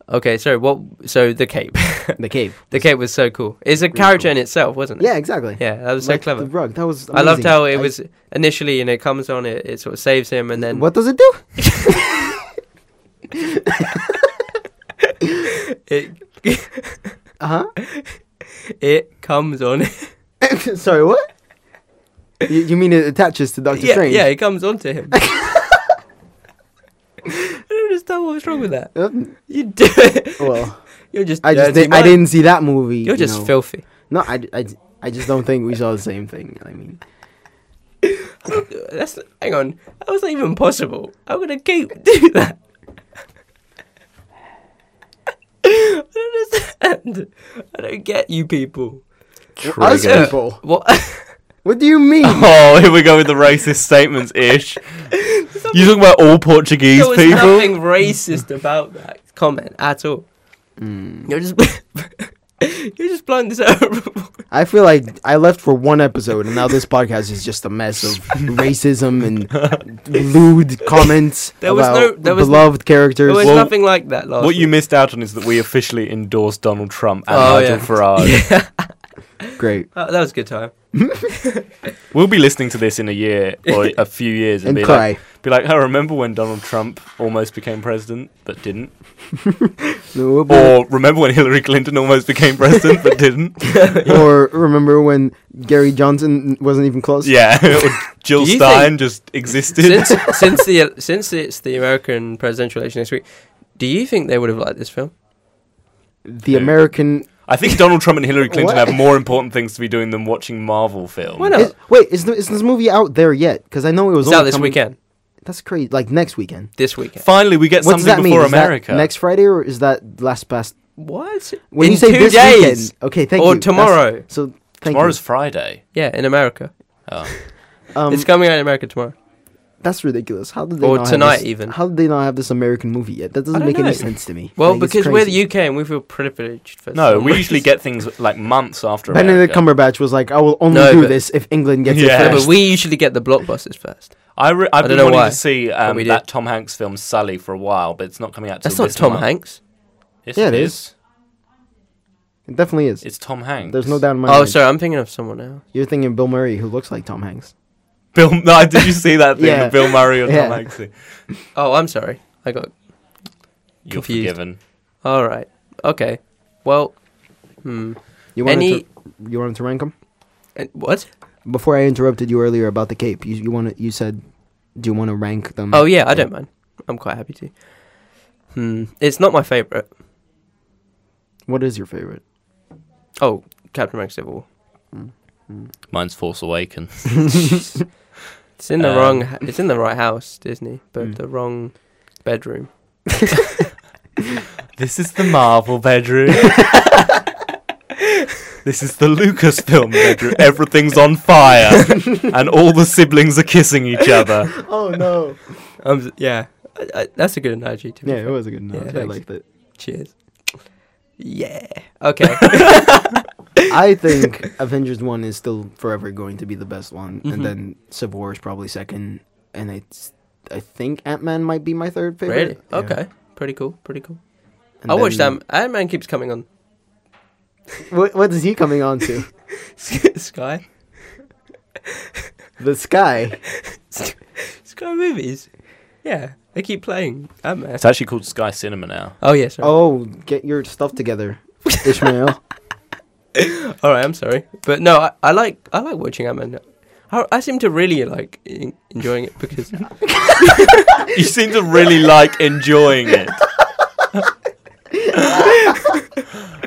S1: Okay, so what? So the cape,
S3: The cape.
S1: the cape was so cool. It's a
S3: Really
S1: character
S3: cool.
S1: in itself, wasn't it?
S3: Yeah, exactly.
S1: yeah, that was so
S3: Like
S1: clever.
S3: The rug. That was
S1: I loved
S3: amazing.
S1: how it
S3: I-
S1: was initially, you know, comes on, it, it sort of saves him, and then
S3: What does it do?
S1: it
S3: Uh-huh.
S1: it comes on.
S3: Sorry, what? you, you mean it attaches to Doctor
S1: yeah,
S3: Strange?
S1: yeah, it comes on to him. I don't understand what was wrong with that.
S3: Uh,
S1: You do it.
S3: well,
S1: You're just.
S3: I just
S1: dirty
S3: did, I
S1: mind.
S3: didn't see that movie.
S1: You're
S3: you
S1: just
S3: know.
S1: filthy.
S3: No, I, d- I d- I just don't think we saw the same thing. I mean,
S1: That's hang on. That was not even possible. How could a goat do that? I don't understand. I don't get you people.
S3: us
S1: Trigger.
S3: people.
S1: What?
S3: What do you mean?
S2: Oh, here we go with the racist statements ish. you talking about all Portuguese
S1: there was
S2: people?
S1: nothing racist about that comment at all.
S3: Mm.
S1: You're just you're just blowing this out. of proportion.
S3: I feel like I left for one episode, and now this podcast is just a mess of racism and lewd comments
S1: There was
S3: about
S1: no- there was no-
S3: beloved characters.
S1: There was
S2: Well,
S1: nothing like that last.
S2: What you
S1: week.
S2: missed out on is that we officially endorsed Donald Trump and
S1: Oh,
S2: Nigel
S1: yeah.
S2: Farage.
S3: Great.
S1: Oh, that was a good time.
S2: We'll be listening to this in a year or a few years and,
S3: And
S2: be
S3: cry.
S2: like, be like, oh, remember when Donald Trump almost became president but didn't?
S3: No, we'll be-
S2: Or remember when Hillary Clinton almost became president but didn't?
S1: oh.
S3: or remember when Gary Johnson wasn't even close?
S2: Yeah, or Jill
S1: Do you
S2: Stein just existed.
S1: since since the since it's the American presidential election next week, do you think they would have liked this film?
S3: The American.
S2: I think Donald Trump and Hillary
S3: What?
S2: Clinton have more important things to be doing than watching Marvel films.
S1: Why not?
S3: Is- wait, is, the, is this movie out there yet? Because I know it was
S1: It's out
S3: only
S1: this
S3: coming-
S1: weekend.
S3: That's crazy. Like next weekend.
S1: This weekend.
S2: Finally, we get
S3: What does
S2: something
S3: that mean?
S2: before
S3: Is that
S2: America.
S3: next Friday or is that last past?
S1: What?
S3: When
S1: In
S3: you say
S1: two
S3: this
S1: days
S3: weekend, okay, thank
S1: or
S3: you. That's-
S1: tomorrow.
S3: so thank
S2: Tomorrow's Friday.
S1: Yeah, in America.
S6: Oh.
S3: you. Um,
S1: it's coming out in America tomorrow.
S3: that's ridiculous. How did they
S1: Or
S3: not
S1: tonight
S3: have this,
S1: even.
S3: How did they not have this American movie yet? That doesn't
S1: don't
S3: make
S1: know.
S3: any sense to me.
S1: Well,
S3: Like, it's
S1: because we're the
S3: crazy.
S1: UK and we feel privileged. For
S2: No,
S1: some
S2: we
S1: reason.
S2: usually get things like months after
S3: Benedict
S2: America.
S3: Cumberbatch was like, "I will only
S1: No,
S3: do
S1: but-
S3: this if England gets
S2: Yeah.
S1: No,
S3: it
S1: but
S3: first.
S1: we usually get the blockbusters first.
S2: I re- I've
S1: I don't
S2: been
S1: know
S2: wanting
S1: why,
S2: to see um,
S1: we did.
S2: that Tom Hanks film Sully for a while, but it's not coming out.
S1: That's
S2: till
S1: not
S2: this
S1: Tom
S2: month.
S1: Hanks.
S2: Yes,
S3: Yeah,
S2: it
S3: it
S2: is.
S3: It definitely is.
S2: It's Tom Hanks.
S3: There's no doubt in my
S1: Oh,
S3: mind.
S1: sorry, I'm thinking of someone else.
S3: You're thinking Bill Murray, who looks like Tom Hanks.
S2: Bill, no, did you see that thing?
S3: Yeah.
S2: with Bill Murray or
S3: Yeah.
S2: Tom Hanks? You're
S1: Oh, I'm sorry. I got. Confused.
S2: forgiven.
S1: All right. Okay. Well. Hmm.
S3: You wanted
S1: Any.
S3: to, you wanted to rank them
S1: and- What?
S3: before I interrupted you earlier about the cape. You you want you said, do you want to rank
S2: Hmm.
S3: them?
S1: Oh yeah, I don't mind. I'm quite happy to. Hmm. It's not my favorite.
S3: What is your favorite?
S1: Oh, Captain America: Civil War.
S6: Mine's Force Awakens.
S1: It's in the
S6: Um,
S1: wrong. h- It's in the right house, Disney, but
S3: Mm.
S1: the wrong bedroom.
S2: This is the Marvel bedroom. this is the Lucasfilm bedroom. Everything's on fire, and all the siblings are kissing each other.
S3: Oh no!
S1: Um, s- yeah, I, I, that's a good analogy. To be
S3: yeah,
S1: fair.
S3: it was a good note. I
S1: thanks.
S3: liked it.
S1: Cheers. Yeah. Okay.
S3: I think Avengers One is still forever going to be the best one,
S1: Mhm.
S3: and then Civil War is probably second, and it's I think Ant Man might be my third favorite.
S1: really?
S3: Yeah.
S1: Okay. Pretty cool. Pretty cool.
S3: And
S1: I watched
S3: then-
S1: um, Iron Man keeps coming on
S3: What, what is he coming on to?
S1: Sky.
S3: the sky.
S1: Sky movies. Yeah, they keep playing. Ant Man.
S6: It's actually called Sky Cinema now.
S1: Oh yeah. Sorry.
S3: Oh, get your stuff together, Ishmael.
S1: All right, I'm sorry, but no, I, I like I like watching Ant Man. I, I seem to really like en- enjoying it because
S2: You seem to really like enjoying it.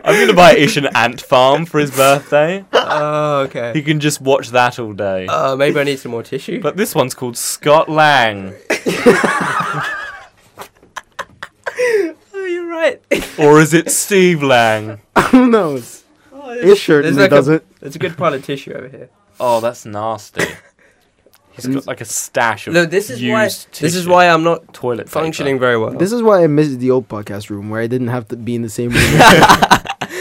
S2: I'm gonna buy Ish an ant farm for his birthday.
S1: oh
S2: He
S1: okay.
S2: can just watch that all day.
S1: Uh, maybe I need some more tissue.
S2: But this one's called Scott Lang,
S1: oh, you're right.
S2: or is it Steve Lang?
S3: Who knows?
S1: Oh,
S3: It certainly
S1: like
S3: doesn't.
S1: A, there's a good pile of tissue over here.
S2: Oh, that's nasty. He's got like a stash of
S1: No, this is
S2: used
S1: why. This is
S2: tissue.
S1: why I'm not
S2: toilet paper.
S1: functioning very well.
S3: This is why I missed the old podcast room where I didn't have to be in the same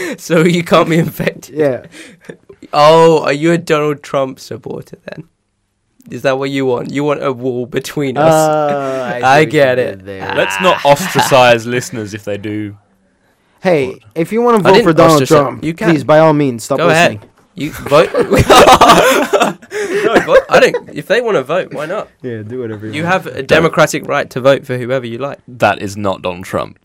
S3: room.
S1: so you can't be infected.
S3: yeah.
S1: Oh, are you a Donald Trump supporter then? Is that what you want? You want a wall between us?
S3: Uh,
S1: I
S3: see what
S1: get
S3: you
S1: it.
S3: did there.
S2: Let's not ostracize listeners if they do.
S3: Hey, if you want to
S1: I
S3: vote
S1: didn't
S3: for Donald
S1: ostracize-
S3: Trump,
S1: you can.
S3: please, by all means, stop
S1: Go
S3: listening.
S1: ahead. You vote. no, vote. I don't. If they want to vote, why not?
S3: Yeah, do whatever
S1: You have a democratic right to vote for whoever you like.
S6: That is not Donald Trump.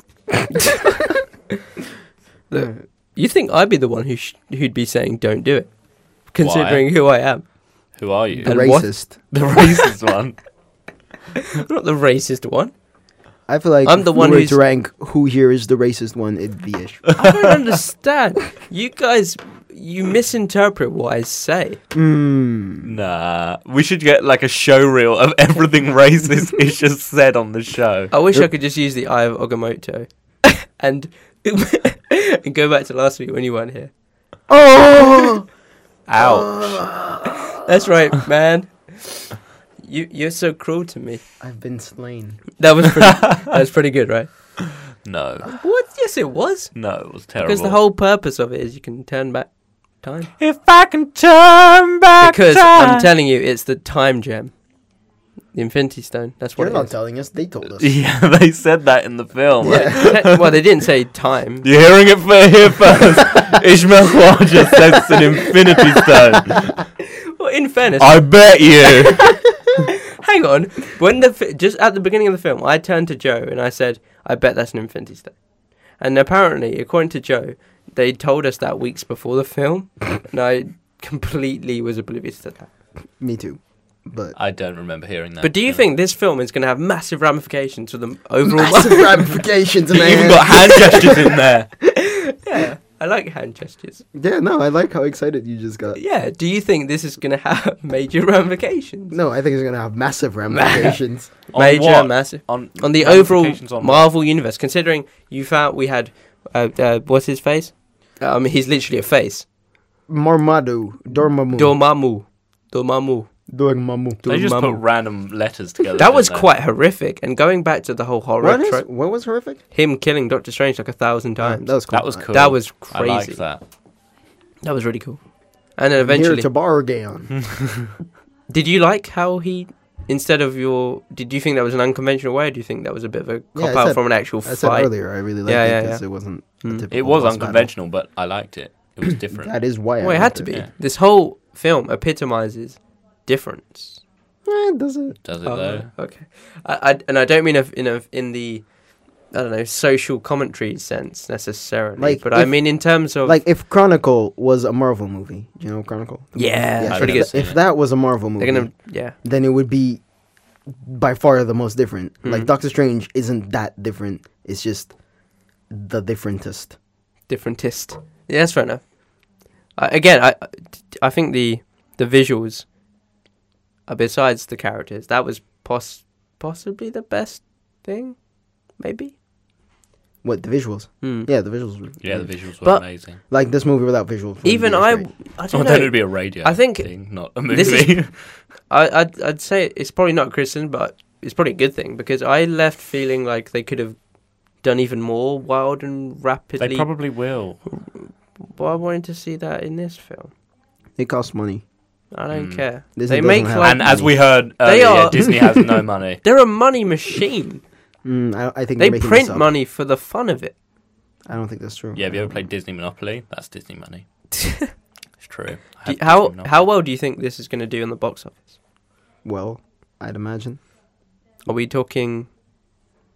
S1: Look, you think I'd be the one who sh- who'd be saying don't do it, considering who I am?
S6: Who are
S3: the
S6: you?
S1: and what-
S3: racist.
S6: the racist one.
S1: I'm not the racist one.
S3: I feel like
S1: I'm
S3: if
S1: the
S3: we
S1: one
S3: were
S1: who's-
S3: to rank who here is the racist one. It'd be Ish.
S1: I don't understand. You guys, you misinterpret what I say.
S3: Mm.
S4: Nah, we should get like a show reel of everything racist is just said on the show.
S1: I wish I could just use the eye of Okamoto and and go back to last week when you weren't here.
S3: Oh,
S4: Ouch!
S1: That's right, man. You you're so cruel to me.
S3: I've been slain.
S1: That was pretty, that was pretty good, right?
S2: No,
S1: What? Yes, it was.
S2: no, it was terrible.
S1: Because the whole purpose of it is you can turn back time.
S4: If I can turn back
S1: Because
S4: time.
S1: I'm telling you, it's the time gem, the Infinity Stone. That's what
S3: You're
S1: it
S3: not
S1: is.
S3: telling us. They told us.
S4: yeah, they said that in the film.
S1: Te- well, they didn't say time.
S4: You're hearing it fir- here first. Ishmael Khwaja sets an infinity stone.
S1: Well, in fairness,
S4: I bet you.
S1: hang on. When the fi- just at the beginning of the film, I turned to Joe and I said, "I bet that's an Infinity Stone." And apparently, according to Joe, they told us that weeks before the film, and I completely was oblivious to that.
S3: Me too. But
S2: I don't remember hearing that.
S1: But do you
S2: no.
S1: think this film is going to have massive ramifications for the overall?
S3: massive ramifications,
S4: You
S3: man.
S4: even got hand gestures in there.
S1: yeah, I like hand gestures.
S3: yeah, no, I like how excited you just got.
S1: Yeah. Do you think this is going to have major ramifications?
S3: No, I think it's gonna have massive ramifications.
S2: On
S1: major,
S2: what?
S1: massive.
S2: on
S1: on the overall
S2: ramifications on what?
S1: Marvel universe, considering you found we had uh, uh, what's his face? Um, he's literally a face.
S3: Marmadu, Dormammu,
S1: Dormammu, Dormammu.
S3: Dormammu.
S2: They just put
S1: Dormammu.
S2: random letters together.
S1: That
S2: didn't
S1: was
S2: they?
S1: quite horrific. And going back to the whole horror
S3: What, is,
S1: trope,
S3: what was horrific?
S1: him killing Doctor Strange like a thousand times.
S3: That was cool.
S2: That was
S3: I-
S1: That
S2: cool.
S1: was
S2: I liked
S1: crazy.
S2: that.
S1: That was really cool. And then
S3: I'm here
S1: eventually, Hmm,
S3: to borrow Gaon.
S1: did you like how he? Instead of your, did you think that was an unconventional way? Or do you think that was a bit of a
S3: Yeah, I
S1: cop out
S3: said-
S1: from an actual
S3: I
S1: fight?
S3: said earlier, I really liked
S1: Yeah, yeah,
S3: it because it wasn't. a
S1: Mm.
S3: typical
S2: It was
S3: boss battle.
S2: unconventional, but I liked it. It was different.
S3: That is why. I
S1: Well, it had
S3: liked
S1: to be.
S2: Yeah.
S1: This whole film epitomizes difference.
S3: Eh, does it?
S2: Does it
S1: Oh,
S2: though?
S1: okay. I, I, and I don't mean of in a, in the I don't know social commentary sense necessarily,
S3: Like,
S1: but I
S3: if-
S1: mean in terms of
S3: Like if Chronicle was a Marvel movie, you know Chronicle.
S1: yeah,
S2: I
S1: it's pretty good.
S2: guess.
S3: If, if that was a Marvel movie,
S1: They're gonna yeah.
S3: then it would be by far the most different. Like
S1: Mhm.
S3: Doctor Strange isn't that different. It's just the differentest.
S1: differentist. Yeah, that's fair enough. I, again, I I think the the visuals, uh, besides the characters, that was poss- possibly the best thing, maybe.
S3: What the visuals?
S1: Hmm.
S3: Yeah, the visuals. were-
S2: Yeah, the visuals were
S1: But-
S2: amazing.
S3: Like this movie without visuals. would
S1: Even
S3: be
S1: I,
S3: great.
S1: I don't
S2: Well,
S1: know.
S2: then it'd be a radio.
S1: I think
S2: thing, not a movie.
S1: this is- I, I'd, I'd say it's probably not a criticism, but it's probably a good thing because I left feeling like they could have done even more wild and
S2: they
S1: rapidly.
S2: probably will.
S1: but I wanted to see that in this film.
S3: It costs money.
S1: I don't
S2: Mm.
S1: care.
S3: Disney
S1: they
S3: doesn't
S1: make
S3: have
S1: like
S2: And as we heard
S1: They
S2: earlier,
S1: are-
S2: Disney has no money.
S1: they're a money machine.
S3: Mm, I, I think
S1: they
S3: they're making this
S1: print
S3: up.
S1: money for the fun of it.
S3: I don't think that's true.
S2: Yeah, have you ever played Disney Monopoly? That's Disney money. It's true. I
S1: Do you-
S2: have
S1: how
S2: Disney Monopoly.
S1: how well do you think this is going to do in the box office?
S3: Well, I'd imagine.
S1: Are we talking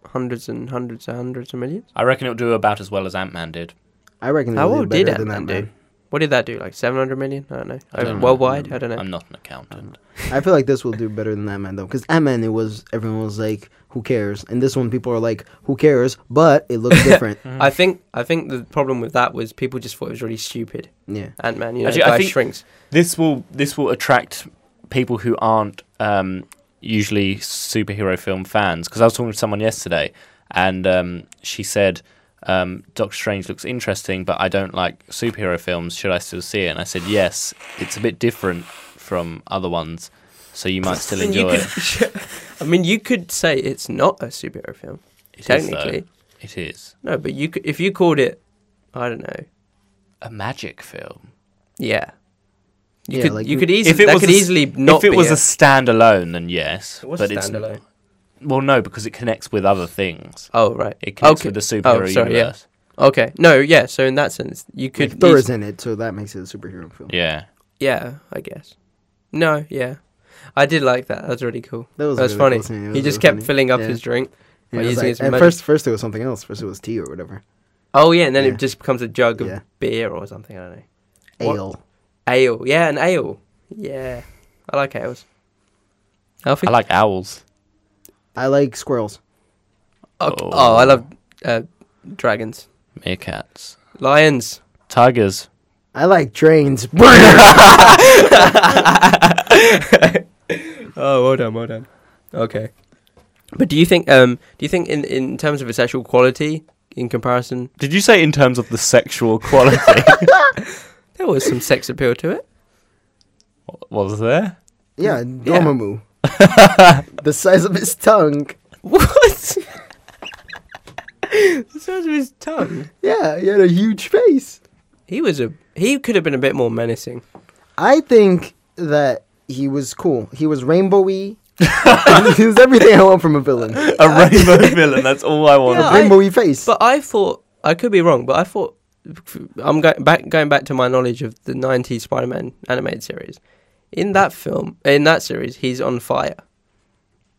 S1: hundreds and hundreds and hundreds of millions?
S2: I reckon it'll do about as well as Ant Man did.
S3: I reckon.
S1: How
S3: it'll do
S1: well
S3: better
S1: did
S3: than
S1: Ant-Man
S3: that,
S1: do?
S3: man.
S1: What did that do? Like seven hundred million? I don't know.
S2: I don't know.
S1: Worldwide? I don't know.
S2: I'm not an accountant.
S3: I feel like this will do better than that man though, because Ant Man it was everyone was like, "Who cares?" And this one people are like, "Who cares?" But it looks different.
S1: I think I think the problem with that was people just thought it was really stupid.
S3: yeah,
S1: Ant Man, you know,
S2: Actually, I
S1: guy
S2: think-
S1: shrinks.
S2: This will this will attract people who aren't um, usually superhero film fans. Because I was talking to someone yesterday, and um, she said um, Doctor Strange looks interesting, but I don't like superhero films. Should I still see it? And I said yes. It's a bit different from other ones, so you might still
S1: And you
S2: enjoy it.
S1: could- I mean, you could say it's not a superhero film
S2: It is, though.
S1: technically.
S2: it is
S1: no, but you could, if you called it, I don't know.
S2: a magic film.
S1: Yeah, you
S3: Yeah,
S1: could
S3: like,
S1: you could easily
S2: if it
S1: that
S2: was
S1: could
S2: a s-
S1: easily not
S2: if it
S1: be
S2: was
S1: a,
S2: a standalone, then yes.
S1: It was
S2: but
S1: standalone.
S2: It's, well, no, because it connects with other things.
S1: oh right,
S2: It connects
S1: Okay. Oh,
S2: with the superhero
S1: sorry, yeah.
S2: universe.
S1: okay, no, yeah. So in that sense, you
S3: like,
S1: could
S3: Thor
S1: eas-
S3: is in it, so that makes it a superhero film.
S2: Yeah.
S1: yeah, I guess. No, yeah, I did like that. That was really cool.
S3: That was,
S1: That was
S3: really
S1: funny.
S3: cool scene. It was
S1: he just
S3: really
S1: kept
S3: funny.
S1: filling up
S3: Yeah.
S1: his drink.
S3: Yeah,
S1: by
S3: it was
S1: using
S3: like-
S1: his
S3: at
S1: magic-
S3: first, first it was something else. First it was tea or whatever.
S1: Oh yeah, and then
S3: Yeah.
S1: it just becomes a jug of
S3: Yeah.
S1: beer or something. I don't know. What?
S3: Ale.
S1: Ale, yeah, an ale. Yeah, I like ales. Alfie?
S2: I like owls.
S3: I like squirrels.
S1: oh, oh, I love uh, dragons,
S2: Meerkats.
S1: lions.
S2: Tigers.
S3: I I like trains.
S1: Oh, well done, well done. Okay. But do you think um do you think in in terms of its actual quality in comparison
S7: Did you say in terms of the sexual quality?
S1: there was some sex appeal to it?
S7: What was there?
S3: yeah, Dormammu. the size of his tongue.
S1: What? the size of his tongue.
S3: Yeah, he had a huge face.
S1: He was a he could have been a bit more menacing.
S3: I think that he was cool. He was rainbowy. he was everything I want from a villain.
S7: A rainbow villain. That's all I want.
S1: Yeah, I-
S3: rainbowy face.
S1: But I thought I could be wrong, but I thought I'm going back going back to my knowledge of the 90s Spider-Man animated series. In that film, in that series, he's on fire.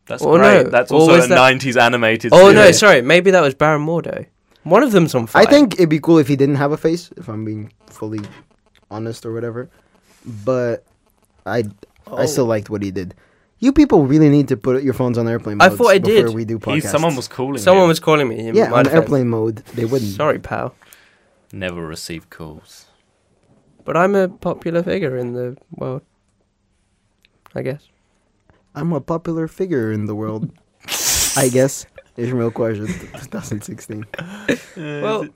S7: That's
S1: Oh,
S7: great.
S1: no.
S7: That's
S1: Or
S7: also
S1: was
S7: a
S1: that-
S7: '90s animated.
S1: oh no,
S7: series.
S1: sorry, maybe that was Baron Mordo. One of them's on fire.
S3: I think it'd be cool if he didn't have a face, if I'm being fully honest or whatever. But I,
S1: Oh.
S3: I still liked what he did. You people really need to put your phones on airplane
S1: I
S3: mode
S1: thought I
S3: before
S1: did.
S3: we do podcasts.
S7: He's, someone was calling.
S1: someone
S7: him.
S1: was calling me. in
S3: yeah
S1: my
S3: on
S1: defense.
S3: airplane mode. They wouldn't.
S1: Sorry, pal.
S2: Never received calls.
S1: But I'm a popular figure in the world. I guess.
S3: I'm a popular figure in the world. I guess is your real question. 2016.
S1: Well-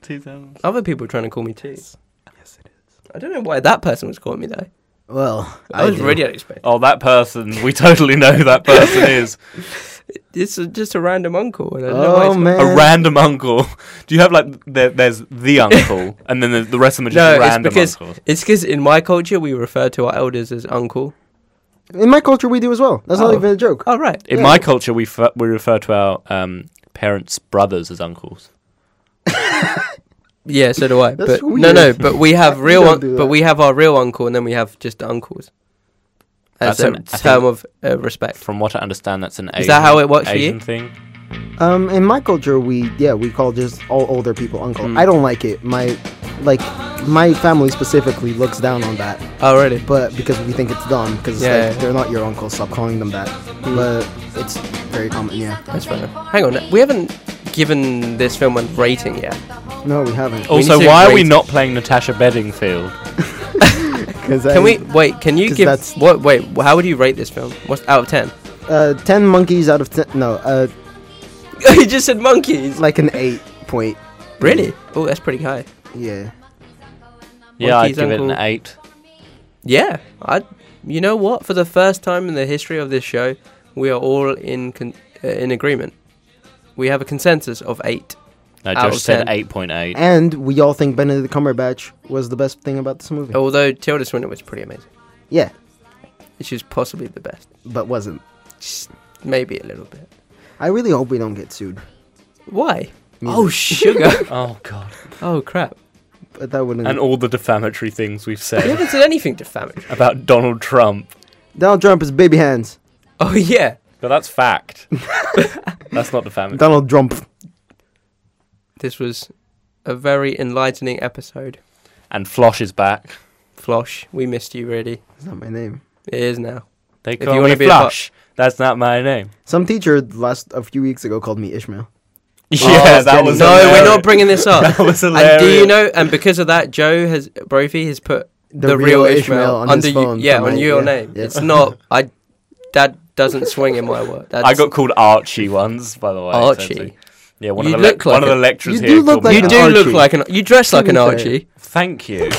S1: Other people are trying to call me too. Yes, it is. I don't know why that person was calling me though.
S3: Well,
S1: That was really unexpected.
S7: Oh, that person. We totally know who that person is.
S1: It's a, just a random uncle, and I don't know why
S3: Oh
S1: he's
S3: man.
S7: A random uncle. Do you have like there, there's the uncle, and then the, the rest of them are just
S1: No, it's
S7: random
S1: because-
S7: uncles?
S1: It's because in my culture we refer to our elders as uncle.
S3: In my culture, we do as well. That's
S1: Oh.
S3: not even a joke.
S1: Oh right.
S2: In
S3: Yeah.
S2: my culture, we f- we refer to our um, parents' brothers as uncles.
S1: Yeah, so do I.
S3: That's
S1: but no, no.
S3: weird.
S1: But we have
S3: You
S1: real,
S3: don't
S1: un-
S3: do
S1: but
S3: that.
S1: we have our real uncle, and then we have just uncles as
S2: That's a-
S1: a
S2: I think-
S1: term of uh, respect.
S2: From what I understand, that's an Asian,
S1: Is that how it works for you?
S2: Asian thing.
S3: Um, in my culture, we yeah we call just all older people uncle.
S1: Mm.
S3: I don't like it. My like my family specifically looks down on that,
S1: Oh really?
S3: but because we think it's dumb, because
S1: Yeah, Mm.
S3: like,
S1: yeah.
S3: they're not your uncle. Stop calling them that. But it's very common. Yeah.
S1: That's fair enough. Hang on, we haven't given this film a rating yet.
S3: No, we haven't.
S1: We need
S2: Also,
S1: to
S2: Oh, why are we
S1: rate-
S2: not playing Natasha Bedingfield?
S3: Because
S1: Can we wait? Can you
S3: 'cause
S1: give?
S3: that's-
S1: What? Wait. How would you rate this film? What's out of ten?
S3: Uh, ten monkeys out of ten. No, uh,
S1: you just said monkeys.
S3: like an eight point.
S1: Really? Oh, that's pretty high.
S3: Yeah.
S2: Yeah,
S1: Monkey's
S2: I'd give it an
S1: uncle.
S2: eight.
S1: Yeah. I. You know what? For the first time in the history of this show, we are all in con- uh, in agreement. We have a consensus of eight.
S2: No,
S1: Out
S2: Josh
S1: of
S2: said
S1: 10.
S2: eight point eight.
S3: And we all think Benedict Cumberbatch was the best thing about this movie.
S1: Although Tilda Swinton was pretty amazing.
S3: Yeah,
S1: She was possibly the best.
S3: but wasn't.
S1: Just maybe a little bit.
S3: I really hope we don't get sued.
S1: Why?
S3: Music.
S1: Oh sugar.
S2: Oh god!
S1: oh crap.
S3: But that wouldn't.
S2: And all the defamatory things we've
S1: You
S2: said
S1: haven't said anything defamatory.
S2: about Donald Trump.
S3: Donald Trump is baby hands.
S1: Oh yeah.
S2: But that's fact. that's not defamatory.
S3: Donald Trump.
S1: This was a very enlightening episode.
S2: And Flosh is back.
S1: Flosh, we missed you really.
S3: That's not my name.
S1: It is now.
S2: They
S1: If you
S2: call
S1: wanna
S2: me
S1: be a part-
S2: Flosh. That's not my name. Oh,
S3: Some teacher last a few weeks ago called me Ishmael. Oh,
S2: yeah, that
S1: No,
S2: was
S1: we're
S2: hilarious.
S1: not bringing this up.
S2: That was
S1: and
S2: hilarious.
S1: do you know? And because of that, Joe has Brophy has put the, real, Ishmael,
S3: on
S1: under
S3: his
S1: you.
S3: phone
S1: yeah,
S3: for
S1: on
S3: my-
S1: your
S3: yeah,
S1: name.
S3: yeah.
S1: It's not. I. That doesn't swing in my work. That's
S2: I got called Archie once, by the way. so
S1: Archie.
S2: it's like- Yeah, one,
S1: You
S2: of the, lec-
S1: look like
S2: one of
S1: a-
S2: the
S3: you
S2: lecturers here
S3: do look
S2: called
S3: like
S1: You
S2: me
S3: an
S2: Archie.
S1: do look
S3: Archie.
S1: like an. You dress
S3: To
S1: like
S3: be
S1: an
S3: fair.
S1: Archie.
S2: Thank you.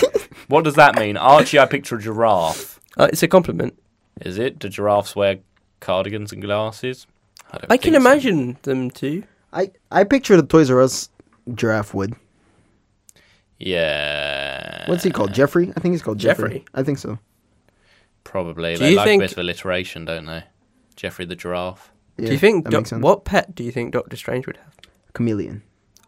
S2: what does that mean? Archie, I picture a giraffe.
S1: Uh, it's a compliment.
S2: Is it? Do giraffes wear cardigans and glasses? I, don't
S1: I can
S2: think so.
S1: imagine them too.
S3: I I pictured a Toys R Us giraffe would.
S2: Yeah.
S3: What's he called? Jeffrey? I think he's called Jeffrey.
S1: Uh, Jeffrey?
S3: I think so.
S2: Probably.
S1: Do
S2: they
S1: you
S2: like
S1: think-
S2: a bit of alliteration, don't they? Jeffrey the giraffe.
S1: do
S3: Yeah,
S1: you think
S3: that
S1: doc-
S3: makes sense.
S1: what pet do you think Doctor Strange would have?
S3: Chameleon.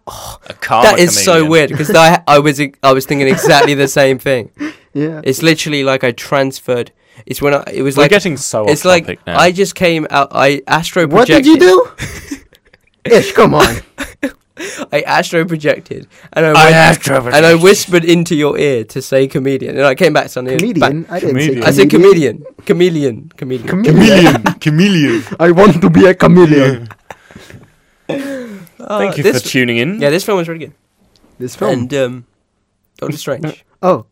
S2: A karma
S1: that is so
S2: chameleon.
S1: weird because I I was I was thinking exactly the same thing.
S3: Yeah.
S1: It's literally like I transferred. It's when I it was
S2: We're
S1: like
S2: getting so
S1: it's
S2: off
S1: like
S2: topic now.
S1: I just came out. I astro
S3: What did
S1: projected.
S3: you do? Ish, come on.
S1: I astro projected, and I,
S2: I
S1: went-
S2: have Trevor.
S1: and I whispered into your ear to say comedian, and I came back suddenly. and
S3: Comedian.
S1: back-
S3: I didn't
S7: Comedian.
S1: I said comedian, chameleon, chameleon.
S3: Chameleon.
S7: chameleon.
S3: I want to be a chameleon.
S1: Uh,
S2: Thank you
S1: this-
S2: for tuning in.
S1: Yeah, this film was really good.
S3: This film.
S1: And um, Doctor Strange.
S3: oh,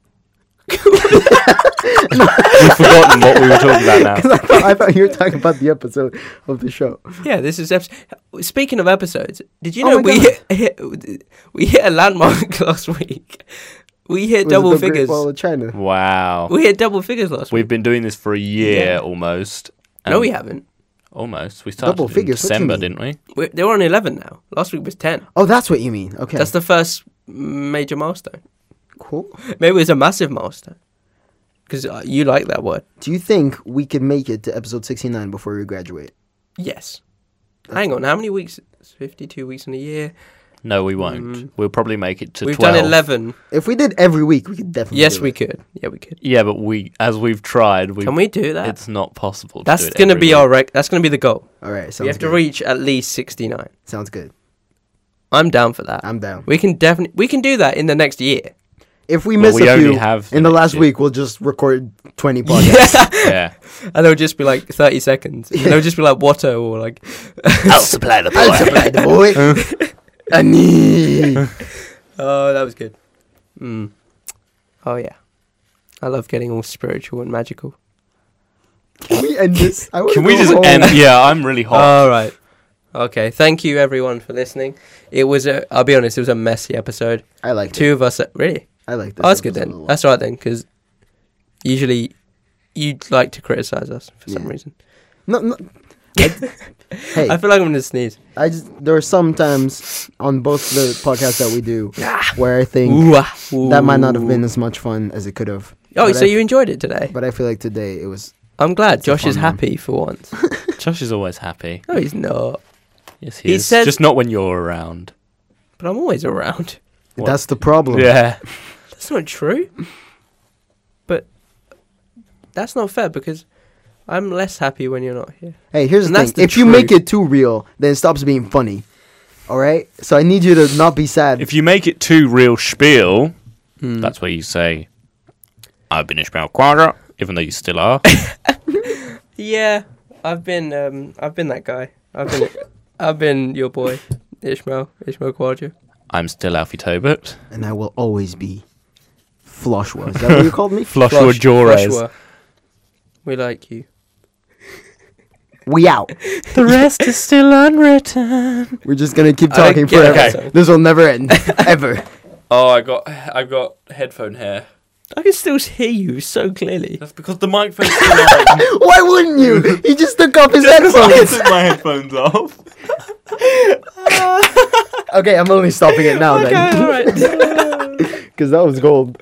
S2: We've forgotten what we were talking about now.
S3: I thought, I thought you were talking about the episode of the show.
S1: Yeah, this is episode. Speaking of episodes, did you
S3: Oh
S1: know
S3: my
S1: we
S3: God.
S1: hit, hit we hit a landmark last week? We hit
S3: Was it
S1: double
S3: the Great
S1: figures.
S3: Wall of China.
S2: Wow.
S1: We hit double figures last
S2: We've been doing this for a year almost.
S1: week. No, we haven't.
S2: Almost. We started
S3: Double
S2: in
S3: figures, what do you
S2: December,
S3: mean?
S2: didn't we?
S1: We're, they were on eleven now. Last week was ten.
S3: Oh, that's what you mean. Okay.
S1: That's the first major milestone.
S3: cool.
S1: Maybe it was a massive milestone. Because uh, you like that word.
S3: Do you think we could make it to episode 69 before we graduate?
S1: Yes. Hang on. How many weeks? It's Fifty-two weeks in a year.
S2: No, we won't. We'll probably make it to
S1: Mm-hmm. We've
S2: 12.
S1: done eleven.
S3: If we did every week, we could definitely.
S1: Yes,
S3: do
S1: we
S3: it.
S1: could. Yeah, we could.
S2: Yeah, but we, as we've tried, we,
S1: Can we do that?
S2: It's not possible.
S1: that's
S2: to do it
S1: gonna
S2: every
S1: be
S2: week.
S1: our rec- That's gonna be the goal.
S3: All right. Sounds
S1: we have
S3: good.
S1: to reach at least sixty-nine.
S3: Sounds good.
S1: I'm down for that.
S3: I'm down.
S1: We can definitely we can do that in the next year.
S3: If we
S2: But
S3: miss
S2: we
S3: a
S2: only
S3: few
S2: have
S3: in the
S2: the
S3: last
S2: next-
S3: week, we'll just record 20 podcasts.
S2: Yeah.
S1: and it'll just be like 30 seconds. And it'll just be like Watto or like
S2: I'll supply the
S3: I'll supply the boy. I need.
S1: oh that was good. Mm. Oh yeah. I love getting all spiritual and magical.
S3: Can we end this? I wanna
S2: Can we
S3: go
S2: just
S3: home.
S2: end? Yeah, I'm really hot.
S1: All right. Okay, thank you everyone for listening. It was a I'll be honest, it was a messy episode.
S3: I like
S1: Two of us really.
S3: I like this.
S1: Oh, that's good
S3: episode a
S1: then.
S3: lot.
S1: That's all right then cuz usually you like to criticize us for some
S3: Yeah.
S1: reason.
S3: no, no. I- hey,
S1: I feel like I'm going to sneeze.
S3: I just there are some times on both the podcasts that we do where I think
S1: Ooh, ah,
S3: that might not have
S1: ooh.
S3: been as much fun as it could have.
S1: Oh,
S3: but
S1: so
S3: I-
S1: you enjoyed it today?
S3: But I feel like today it was.
S1: I'm glad
S3: a
S1: Josh is
S3: fun one.
S1: happy for once.
S2: Josh is always happy.
S1: No, he's not.
S2: Yes, he,
S1: He
S2: is.
S1: says-
S2: just not when you're around.
S1: But I'm always around.
S2: What?
S3: That's the problem.
S2: Yeah.
S1: That's not true. But that's not fair because I'm less happy when you're not here.
S3: Hey, here's the
S1: And that's the
S3: thing. if you make it too real, then it stops being funny. All right. So I need you to not be sad.
S2: If you make it too real spiel,
S3: Hmm.
S2: that's where you say, "I've been Ishmael Quadra," even though you still are.
S1: Yeah, I've been um, I've been that guy. I've been I've been your boy, Ishmael Ishmael Quadra.
S2: I'm still Alfie Tobert.
S3: and I will always be. Floshwa. Is that what you called me?
S2: Floshua
S1: Flush-
S2: Jores.
S1: Flushua. We like you.
S3: we out.
S2: The rest is still unwritten.
S3: We're just gonna keep
S1: I
S3: talking
S1: get-
S3: forever.
S1: okay.
S3: This will never end, ever.
S2: Oh, I got I got headphone hair.
S1: I can still hear you so clearly.
S2: That's because the microphone's still on.
S3: Why wouldn't you? He just took off his
S2: I
S3: headphones.
S2: took my headphones off.
S3: Okay, I'm only stopping it now
S1: Okay,
S3: then,
S1: all right.
S3: because that was gold.